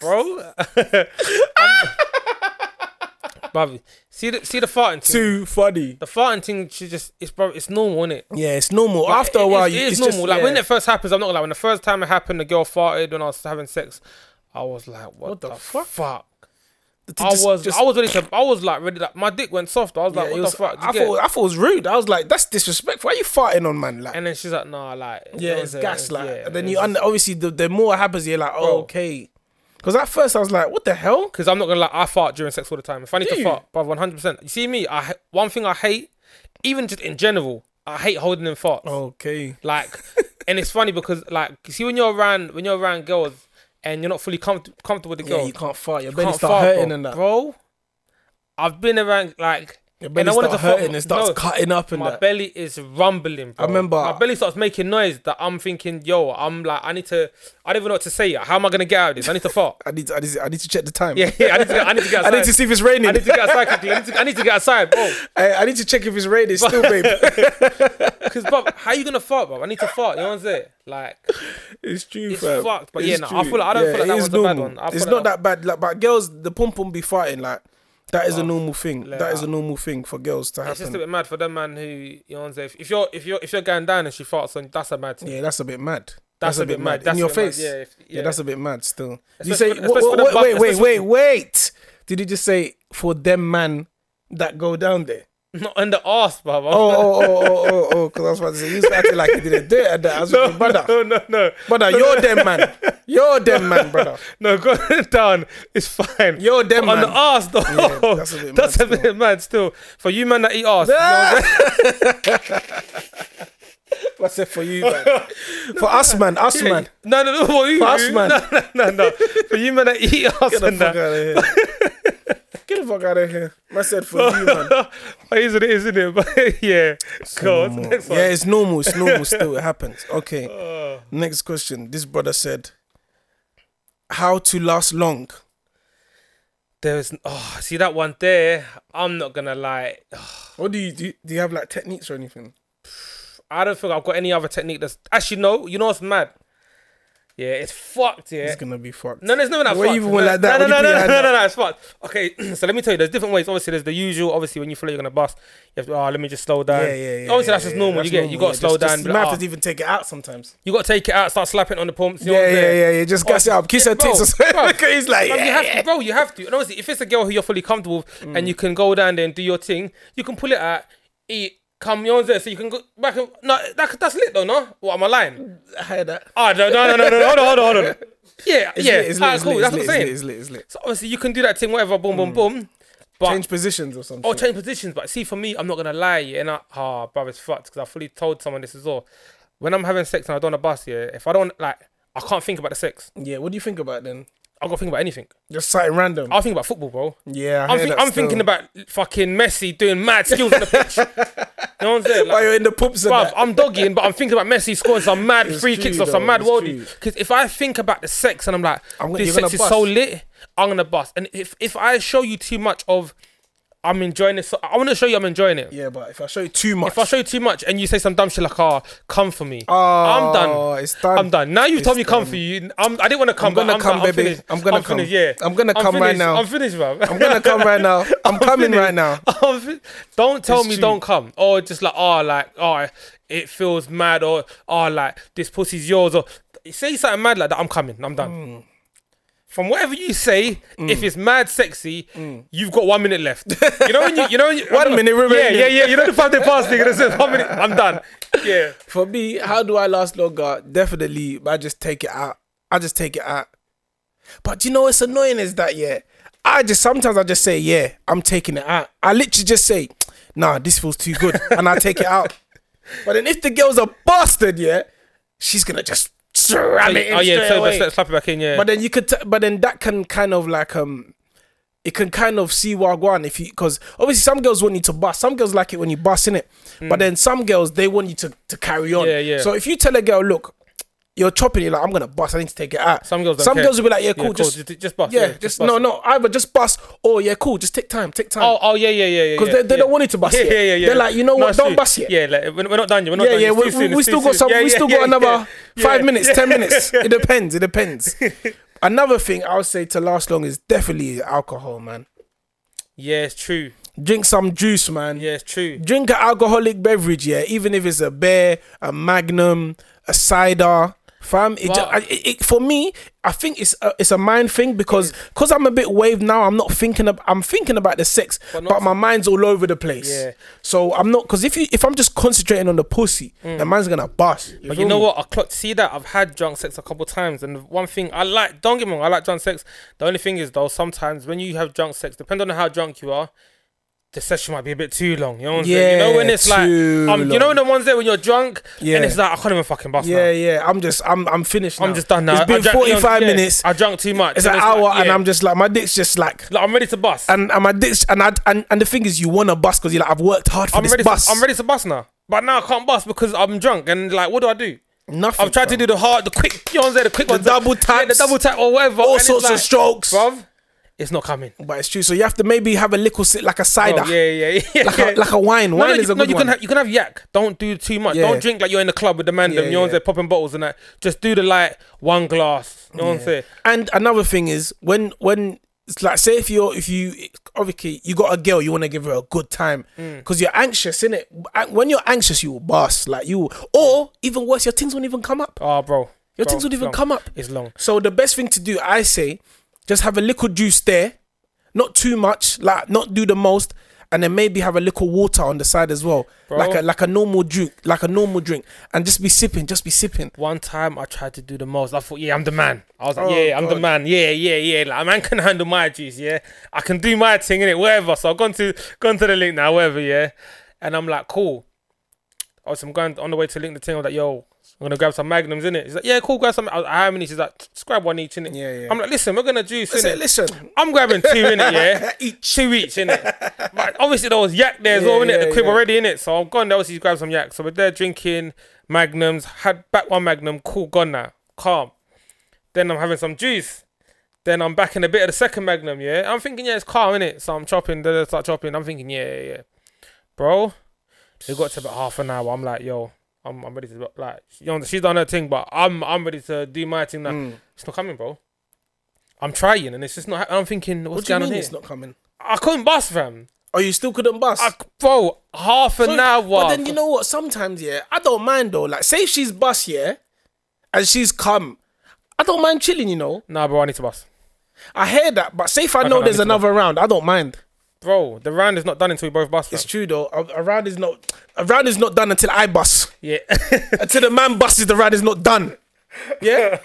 bro. Bobby, see the see the farting thing. Too funny. The farting thing, she just it's bro, it's normal, innit? Yeah, it's normal. after a while it, you it is it's normal. Just, like when yeah. it first happens, I'm not gonna lie. When the first time it happened, the girl farted when I was having sex. I was like, what, the, fuck? the thing I just- was just- I was ready to I was like ready like my dick went soft. I was like, what yeah, it the was- fuck? Do I you get- thought I thought it was rude. I was like, that's disrespectful. Why are you farting on man? Like and then she's like, nah, like you know Yeah, what it's I'm saying? gas like Yeah, and then it's you just- under, obviously the, the more it happens, you're like, oh, okay. Cause at first I was like, what the hell? because I'm not gonna lie, I fart during sex all the time. If I need Do to you? fart, brother, 100. percent You see me? I ha- one thing I hate, even just in general, I hate holding in farts. Okay. Like, and it's funny because like, you see when you're around when you're around girls and you're not fully comfort comfortable with the Yeah, girl, you can't fart. Your you belly can't start fart, hurting bro. and that. Bro, I've been around like, Your and belly I wanted to starts hurting fart. and it starts no, cutting up and my that. belly is rumbling. Bro. remember- my belly starts making noise that I'm thinking, yo, I'm like, I need to. I don't even know what to say. How am I gonna get out of this? I need to fart. I need, to, I need, to, I need to check the time. Yeah, yeah, I need to get- I need to get I need to outside. see if it's raining. I need to get outside quickly. I need to, I need to get outside, bro. I, I need to check if it's raining still, babe. Because, bro, how you gonna fart, bro? I need to fart. You know what I'm saying? Like, it's true, It's fam. fucked, but yeah, nah, I feel like- I don't feel like it that was is a bad normal. one. I feel It's like not that- that bad, like, but girls, the pom pom be fighting like. That is a normal thing. That is a normal thing for girls to it's just a happen. bit mad for them man who you know what I'm saying. If you're if you're if you're going down and she farts, then that's a mad thing. Yeah, that's a bit mad. That's, a bit mad. That's in a your bit mad. face. Yeah, if- yeah, that's a bit mad. Still, you Espe- say especially wha- for the wha- bu- wait, wait, especially- wait, wait. Did you just say for them man that go down there? Not under ass, brother. Oh, oh, oh, oh, oh, oh. Because I was about to say you started like you didn't do it. And I was no, like, brother, no, no, no, brother, you're them man. You're them man, brother. no. Go down. It's fine. You're them on man. the ass though. Yeah, that's a bit That's mad a bit mad still. For you man that eat ass. What's it for you, man? for us, man. Us, man. No, no, no. For you, Fast, man. No, no, no, no. For you man that eat ass Get the and fuck that. out of here. Get the fuck out of here. I said for you, man. Oh, isn't it? Isn't it? But yeah. Go on. normal. Next one. Yeah, it's normal. It's normal. Still, it happens. Okay. Uh. Next question. This brother said, "How to last long?" There's. Oh, see that one there. I'm not gonna lie. What do you do? you- Do you have like techniques or anything? I don't think I've got any other technique that's actually no. You know what's mad? Yeah, it's fucked. Yeah. It's gonna be fucked. No, there's no one that Why fucked. you even went no, like that? No, Why no, you no, no, put your hand no, up? no, no, it's fucked. Okay, so let me tell you, there's different ways. Obviously, there's the usual. Obviously, when you flow, you're gonna bust. You have to, oh, let me just slow down. Yeah, yeah, yeah. Obviously, yeah, that's just yeah, normal. that's you get, you gotta yeah. slow Just- down. just- be You like, might "Ah." have to even take it out sometimes. You gotta take it out, start slapping on the pumps. You know Yeah, what I'm yeah, saying? yeah, yeah. Just gas it up. Kiss her bro, tits. or bro. something. He's like, Bro, yeah, you have yeah. Mm. to, bro. You have to. And obviously, if it's a girl who you're fully comfortable with, and you can go down there and do your thing, you can pull it out, eat, come on there, so you can go back. And, no, that, that's lit though, no? What am I lying? I heard that. Oh no, no, no, no, no, hold on, hold on, hold on. Yeah, It's yeah, lit, it's lit, Alright, it's cool. lit, That's what it's I'm lit, saying. It's lit. It's lit. So obviously, you can do that thing, whatever, boom, boom, boom. But Change positions or something. Oh, change positions. But see, for me, I'm not gonna lie, yeah, and I, ah, bruv, it's fucked because I fully told someone this is all. When I'm having sex and I don't want to bust, yeah, if I don't like, I can't think about the sex. Yeah. What do you think about then? I gotta think about anything. Just something random. I'll think about football, bro. Yeah, I I'm, hear thi- that I'm thinking still. about fucking Messi doing mad skills on the pitch. you know what I'm saying? Why Like, Oh, you're in the poops and bruv, that? I'm doggying, but I'm thinking about Messi scoring some mad It's free true, kicks off some though, mad it's worldie. true. Because if I think about the sex and I'm like, I'm gonna- this you're gonna sex is so bust. lit, I'm gonna bust. And if if I show you too much of, I'm enjoying this. I want to show you I'm enjoying it. Yeah, but if I show you too much, If I show you too much and you say some dumb shit like, "Ah, come for me," Oh, I'm done. it's done. I'm done. Now you've It's told me come done. for you. I'm, I didn't want to come. I'm gonna but come, done. I'm baby. finished. I'm gonna come. Finished, yeah. I'm gonna come right finished. now. I'm finished, bro. I'm gonna come right now. I'm, coming right now. I'm fi- don't tell It's me true. don't come. Or just like, oh, like, oh, it feels mad. Or oh, like this pussy's yours. Or say something mad like that. I'm coming. I'm done. Mm. From whatever you say, if it's mad sexy, you've got one minute left. You know when you, you know, when you, Mm. One I don't- minute remaining. Yeah, yeah, yeah. You know the five day pass thing. and It says one minute. I'm done. Yeah. For me, how do I last longer? Definitely, I just take it out. I just take it out. But you know what's annoying is that yeah, I just sometimes I just say yeah, I'm taking it out. I literally just say, nah, this feels too good, and I take it out. But then if the girl's a bastard, yeah, she's gonna just ram it in oh yeah. straight So away. let's slap it back in. Yeah. But then you could, t- but then that can kind of like um, it can kind of see wagwan if you because obviously some girls want you to bust, some girls like it when you bust in it, but then some girls they want you to to carry on. Hmm. Yeah, yeah. So if you tell a girl, look, you're chopping it like I'm gonna bust, I need to take it out. Some girls don't some care. girls will be like, yeah, cool, just. just just bust. yeah, just, bust. no, no. Either just bust, or yeah, cool. Just take time, take time. Oh, oh yeah, yeah, yeah, yeah. Because yeah, they- they yeah. don't want it to bust Yeah, yet. yeah, yeah, yeah. They're like, you know what, it's don't too- bust yet. Yeah, like, we're, we're not done yet. We're not yeah, done yeah. yet. We, It's too soon, we, we it's still too got soon. some. Yeah, we yeah, still yeah, got another yeah. five Yeah. minutes, ten minutes. It depends. It depends. another thing I would say to last long is definitely alcohol, man. Yeah, it's true. Drink some juice, man. Yeah, it's true. Drink an alcoholic beverage, yeah. Even if it's a beer, a Magnum, a cider. Fam, it, ju- Wow. I- it, it- for me, I think it's a, it's a mind thing because because I'm a bit waved now. I'm not thinking of I'm thinking about the sex, but, not- my mind's all over the place. Yeah. So I'm not because if you if I'm just concentrating on the pussy, Mm. the man's gonna bust. But feel you know me? what? I clocked. See that I've had drunk sex a couple times, and one thing I like. Don't get me wrong. I like drunk sex. The only thing is though, sometimes when you have drunk sex, depending on how drunk you are. The session might be a bit too long, you know. What I'm saying? you know when Yeah, it's like, too um, you know long. the ones there when you're drunk, Yeah. and it's like I can't even fucking bust now. Yeah, yeah. I'm just, I'm, I'm finished. I'm now. just done now. It's I been drank- you know, 45 yeah, minutes. I drank too much. It's and an hour, like, and yeah. I'm just like, my dick's just like, Like, I'm ready to bust. and, and my dick's, and I, and, and the thing is, you want to bust because you're like, I've worked hard for I'm this ready. bus. To, I'm ready to bust now. But now I can't bust because I'm drunk and like, what do I do? Nothing. I've tried to do the hard, the quick, you know, what I'm saying, the quick ones, double yeah, the taps, double tap or whatever, all and it's sorts of like, strokes. bruv. It's not coming. But it's true. So you have to maybe have a little sip, like a Oh, cider, yeah, yeah, yeah. like, yeah. a, like a wine. no, wine no, is a you, no, good you one. can have, you can have yak. Don't do too much. Yeah. Don't drink like you're in the club with the man. Yeah, them, you know, what I'm yeah. saying, popping bottles and that. Just do the like one glass. You know what I'm saying? and another thing is when when it's like say if you're if you obviously you got a girl you want to give her a good time Mm. because you're anxious in it when you're anxious you will bust like you or even worse your things won't even come up Oh, bro. Your Bro, things would even long. come up. It's long. So the best thing to do, I say, just have a little juice there, not too much, like not do the most, and then maybe have a little water on the side as well, Bro. like a like a normal drink, like a normal drink, and just be sipping, just be sipping. One time I tried to do the most. I thought, yeah, I'm the man. I was like, Oh, yeah, I'm the God. man. Yeah, yeah, yeah. Like a man can handle my juice. Yeah, I can do my thing in it. Whatever. So I've gone to gone to the link now. Whatever. Yeah, and I'm like, cool. Oh, so I'm going on the way to link the thing. I was like, yo, I'm gonna grab some magnums in it. He's like, yeah, cool, grab some. I was like, how many? She's like, just grab one each in it. Yeah, yeah. I'm like, listen, we're gonna juice I say, in it. listen, I'm grabbing two in it. Yeah. each. Two each, innit? but obviously there was yak there as Yeah, well, innit? yeah, the crib yeah. already, innit? So I've gone there, obviously grabbed some yak. So we're there drinking magnums, had back one magnum, cool, gone now, calm. Then I'm having some juice. Then I'm back in a bit of the second magnum, yeah? I'm thinking, yeah, it's calm, innit? So I'm chopping, then I start chopping. I'm thinking, yeah, yeah, yeah. Bro, it got to about half an hour. I'm like, yo, I'm, I'm ready to, like, you know, she's done her thing, but I'm I'm ready to do my thing now. Mm. It's not coming, bro. I'm trying, and it's just not. hap- I'm thinking, what's What do you going mean on here? it's not coming? I couldn't bust, fam. Oh, you still couldn't bust. I, bro, half an So- hour. But then you know what? Sometimes, yeah, I don't mind though. Like, say if she's bus, yeah, and she's come, I don't mind chilling. You know, Nah, bro, I need to bust. I hear that. But say if I Okay, know I need there's to another round, I don't mind. Bro, the round is not done until we both bust. fam. It's true though. A, a round is not a round is not done until I bust. Yeah. Until the man busts, the round is not done. Yeah,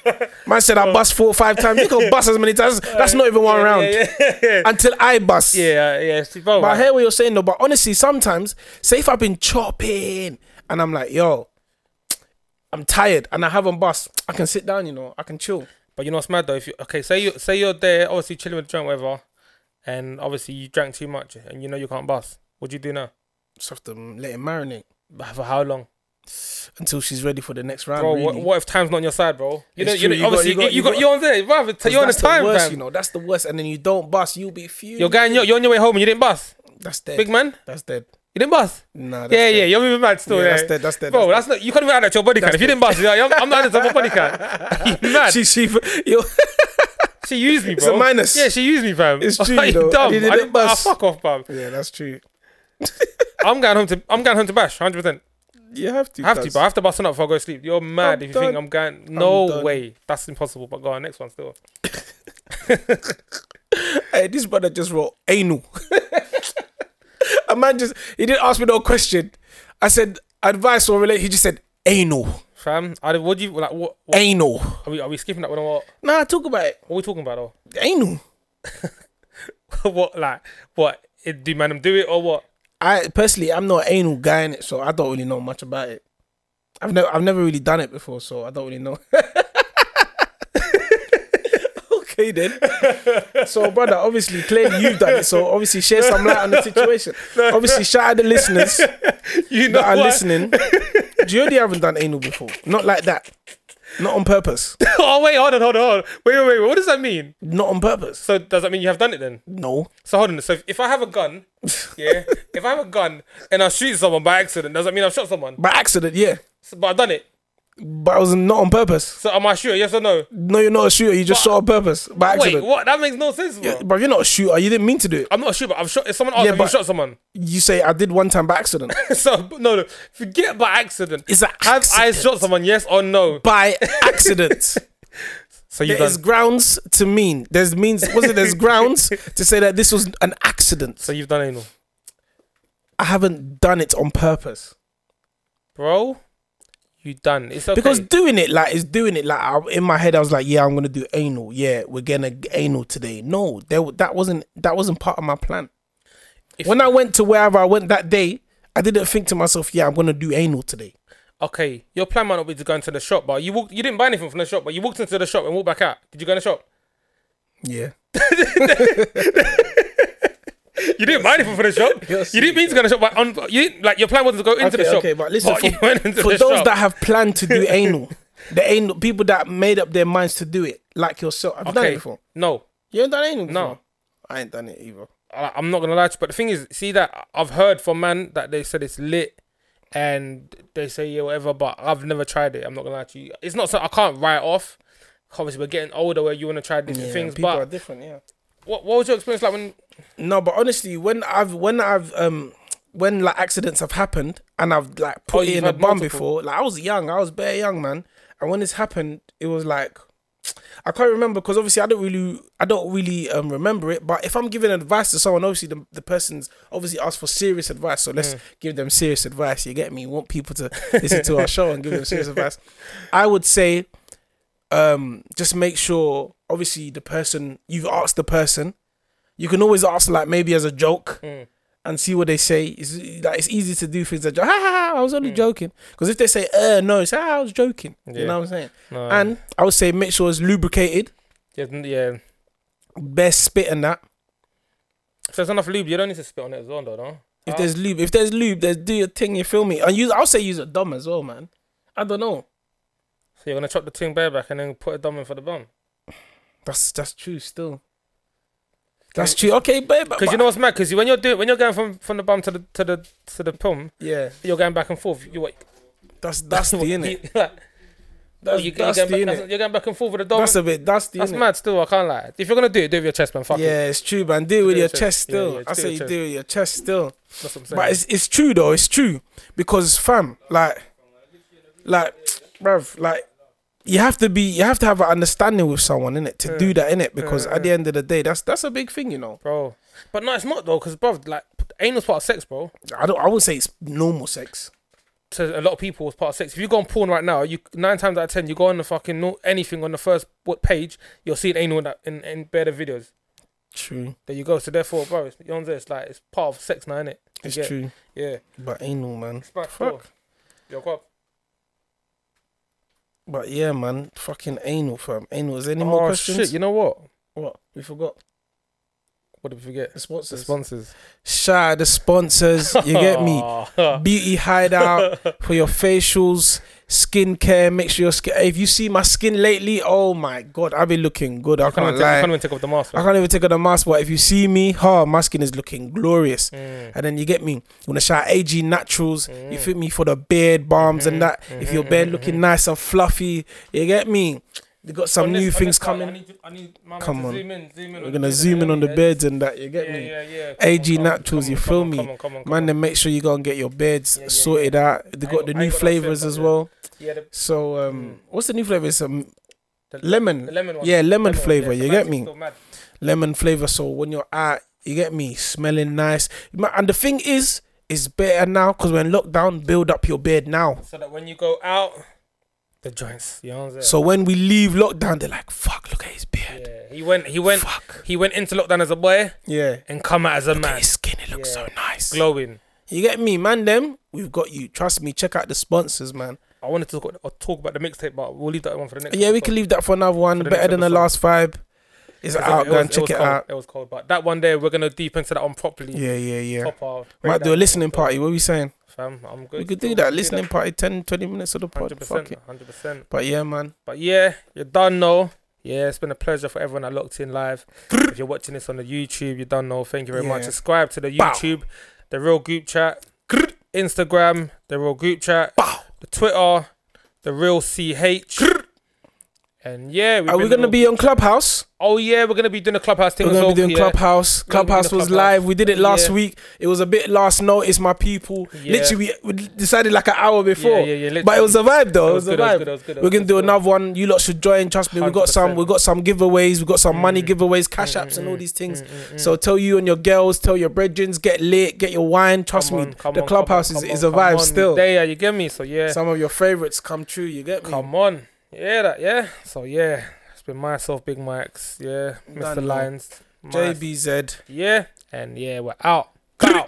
man said I bust four or five times. You can bust as many times. That's not even one round Oh. yeah, yeah. until I bust. yeah, yeah. see, Bro, But I hear what you're saying though. But honestly, sometimes, say if I've been chopping and I'm like, yo, I'm tired and I haven't bust, I can sit down, you know, I can chill. But you know what's mad though? If you okay, say you say you're there, obviously chilling with drunk, whatever, and obviously you drank too much, and you know you can't bust. What do you do now? Just have to let it marinate But For how long, until she's ready for the next round. bro? really. What, what if time's not on your side, bro? You It's know, you true, know, you got- obviously you got- you you got, got- you are on there, brother. You're on the that's time, the worst, fam. you know. That's the worst, and then you don't bust, you'll be fuming. You're going, you're, you're on your way home, and you didn't bust, That's dead. big man. That's dead. You didn't bust. Nah. That's Yeah, dead. yeah, you're moving mad still. Yeah, yeah. that's dead, that's dead, Bro, that's that's, not. You can't even add that to your body count. If you didn't bust, yeah, I'm, I'm not adding to my body count. you mad? She, She, she, yo, used me, bro. It's a minus. Yeah, she used me, fam. It's true, Like, though. dumb. You didn't I didn't bust. bust. fuck off, fam. yeah, that's true. I'm going home to. I'm going home to bash. 100. percent You have to. I have to, cuz. but I have to bust it up before I go to sleep. You're mad I'm if you think done. I'm going. I'm No done. way. That's impossible. But go on, next one still. Hey, this brother just wrote anal. a man just he didn't ask me no question. I said advice or relate. He just said anal, Fam, I, what do you like? What, what anal. are we? Are we skipping that one? Or what? Nah, talk about it. What are we talking about? Anal. Though? what like what? It, do man them do it or what? I personally, I'm not an anal guy in it, so I don't really know much about it. I've never, I've never really done it before, so I don't really know. okay then. So, brother, obviously, clearly you've done it, so obviously share some light on the situation. Obviously, shout out the listeners. You know that are what? listening, Jody haven't done anal before. Not like that. Not on purpose. oh wait, hold on, hold on, hold on. Wait, wait, wait. What does that mean? Not on purpose. So does that mean you have done it then? No. So hold on. So if, if I have a gun, yeah, if I have a gun and I shoot someone by accident, does that mean I've shot someone? By accident, yeah. So- but I've done it. But I was not on purpose. So am I a shooter? Yes or no? No, you're not a shooter. You just shot on purpose. By Wait, accident. what? That makes no sense, bro. But you're not a shooter. You didn't mean to do it. I'm not a shooter. But I've shot. If someone asked, Yeah, have you but- shot someone? You say I did one time by accident. so no, no. Forget by accident. It's an have I accident. shot someone? Yes or no? by accident. So you've There's done. grounds to mean. There's means. Was it there's grounds to say that this was an accident? So you've done anal, I haven't done it on purpose. bro. You done. It's okay. Because doing it like is doing it like I, in my head, I was like, yeah, I'm gonna do anal. Yeah, we're gonna g- anal today. No, there, w- that wasn't that wasn't part of my plan. If- when I went to wherever I went that day, I didn't think to myself, yeah, I'm gonna do anal today. okay, your plan might not be to go into the shop, but you walked. You didn't buy anything from the shop, but you walked into the shop and walked back out. Did you go in the shop? Yeah, You didn't buy anything for the shop. You're You didn't mean to go to the shop, but on, you didn't, like your plan wasn't to go into Okay, the shop. okay, but listen, for- you went into for the those shop. that have planned to do anal, the anal people that made up their minds to do it, like yourself, I've done it okay, before. no, You ain't done anal? No. before? I ain't done it either. I, I'm not gonna lie to you, but the thing is, see that I've heard from man that they said it's lit, and they say yeah whatever, but I've never tried it. I'm not gonna lie to you. It's not so I can't write off. Obviously, we're getting older where you want to try different Yeah, things. people But are different. Yeah. what, what was your experience like when? No, but honestly, when I've when I've um when like accidents have happened and I've like put Oh, it you've in a had bum multiple. before, like I was young, I was bare young, man, And when this happened, it was like I can't remember because obviously I don't really I don't really um, remember it. But if I'm giving advice to someone, obviously the, the person's obviously asked for serious advice. So Hmm. let's give them serious advice. You get me? We want people to listen to our show and give them serious advice. I would say, um, just make sure obviously the person you've asked the person. You can always ask like maybe as a joke. mm, And see what they say. It's like it's easy to do things that jo- ha ha ha. I was only joking. Because if they say uh no, it's ah, I was joking. You Hmm. Yeah. know what I'm saying? No. And I would say make sure it's lubricated, yeah, n- yeah. best spit and that. If there's enough lube, you don't need to spit on it as well, though. No? If Ah. there's lube, if there's lube, there's do your thing. You feel me? And use, I'll say use a dumb as well, man. I don't know. So you're gonna chop the thing bareback and then put a dumb in for the bum. That's that's true still. That's true. Okay, babe. but- Because you know what's mad? Because when you're doing, when you're going from, from the bum to the to the to the pum, yeah, you're going back and forth. You what? that's dusty, innit? you- like, That's you, are dusty, going back, innit? that's- you're going back and forth with the dom. That's That's, a bit dusty, innit? mad. Still, I can't lie. If you're gonna do it, do it with your chest, man. Fuck it. Yeah, it's true, man. Deal with it your with your chest chest. Yeah, still. yeah, I do it say with you your deal with your chest still. That's what I'm saying. But it's it's true though. It's true because fam, like, like, bruv, like, you have to be, you have to have an understanding with someone in it to do that in it because at the end of the day, that's that's a big thing, you know. bro. But no, it's not though. Because bro, like anal's part of sex, bro. I don't, I wouldn't say it's normal sex. To a lot of people, it's part of sex. If you go on porn right now, you nine times out of ten, you go on the fucking no, anything on the first what page, you'll see an anal in that in, in better videos. True, There you go. So therefore, bro, it's, you know what I'm saying? It's like it's part of sex now, innit? it's Yeah. true, Yeah. but anal man. It's back Fuck. Fuck. Yo, go up. But yeah, man, fucking anal, fam. Anal. Is there any more questions? shit! You know what? What Oh, we forgot? What did we forget? The sponsors. The sponsors. Shout out the sponsors. You get me. Aw. Beauty Hideout for your facials, skincare. Make sure your skin. If you see my skin lately, oh my god, I've been looking good. I I can't, can't even take, I can't lie. even take off the mask. I man. can't even take off the mask, but if you see me, ha, my skin is looking glorious. Mm. And then you get me. You wanna shout out AG Naturals. You fit me for the beard balms and that. Mm-hmm. If your beard looking nice and fluffy, you get me. They got some On new this- on things this part, I coming. need, to- I need my man Come to on. Zoom in, zoom in We're the gonna bed, zoom in on the yeah? beds and that. You get Yeah, me. yeah, yeah. Come AG on, come on, Naturals, come you on, feel come me? on, come on, come on, come Man, on. then make sure you go and get your beds Yeah, yeah, sorted out. They I got ain't- the I new ain't got no flavors filter, as yeah. Mm. well. Yeah, the, So um, what's the new flavor? It's um, The- lemon. the lemon one. Yeah, lemon, one, flavor. yeah, you the get man's me? still mad. Lemon flavor. So when you're out, you get me smelling nice. Ma- And the thing is, it's better now because we're in lockdown. Build up your beard now. So that when you go out, the joints. You know what I'm saying? So when we leave lockdown, they're like, "Fuck, look at his beard. Yeah, he went. He went. Fuck. He went into lockdown as a boy Yeah, and come out as a Look at man, his skin. It looks Yeah. so nice. glowing. you get me, man? Them, we've got you. Trust me. Check out the sponsors, man. I wanted to talk, uh, talk about the mixtape, but we'll leave that one for the next. Yeah, we episode. can leave that for another one. For the Better next than the episode. last vibe. It's It was- out. Go was- and check was it cold. out. It was cold, but that one day we're gonna deep into that one properly. Yeah, yeah, yeah. Proper Might do a breakdown. listening So, party. What are we saying? Fam, I'm good. We could do that. Listening party, 10, 20 minutes of the pod. Hundred Fuck percent. it. Hundred percent. But yeah, man. But yeah, you're done now. Yeah, it's been a pleasure for everyone that locked in live. if you're watching this on the YouTube, you're done now. Thank you very much. Yeah. Subscribe to the Bow. YouTube, the Real Group Chat, Instagram, the Real Group Chat, Bow. the Twitter, the Real CH. and yeah, we've Are we been the gonna Real- be on Clubhouse? Oh yeah, we're gonna be doing the clubhouse thing. We're as gonna be well, doing yeah. Clubhouse. gonna be doing Clubhouse the was Clubhouse. live. We did it last Yeah. week. It was a bit last notice, my people. Yeah. Literally, we, we decided like an hour before. Yeah, yeah, yeah. literally. But it was a vibe though. That was It was, good, a that was vibe. good, that was good, that We're was gonna good, do that was another one. You lot should join. Trust me, we got some. 100%. We got some giveaways. We got some money Mm. giveaways, cash apps, and all these things. So tell you and your girls, tell your brethrens, get lit, get your wine. Trust Come me, on, come the on, come clubhouse on, is, come is on, a come vibe on. still. There, yeah, you get me. So yeah, Some of your favorites come true. You get me. come on, yeah, that, yeah. So yeah, it's been myself, Big Mike's, yeah, Done, Mr. man. Lions, Mice. JBZ. yeah, and yeah, we're out. Bow.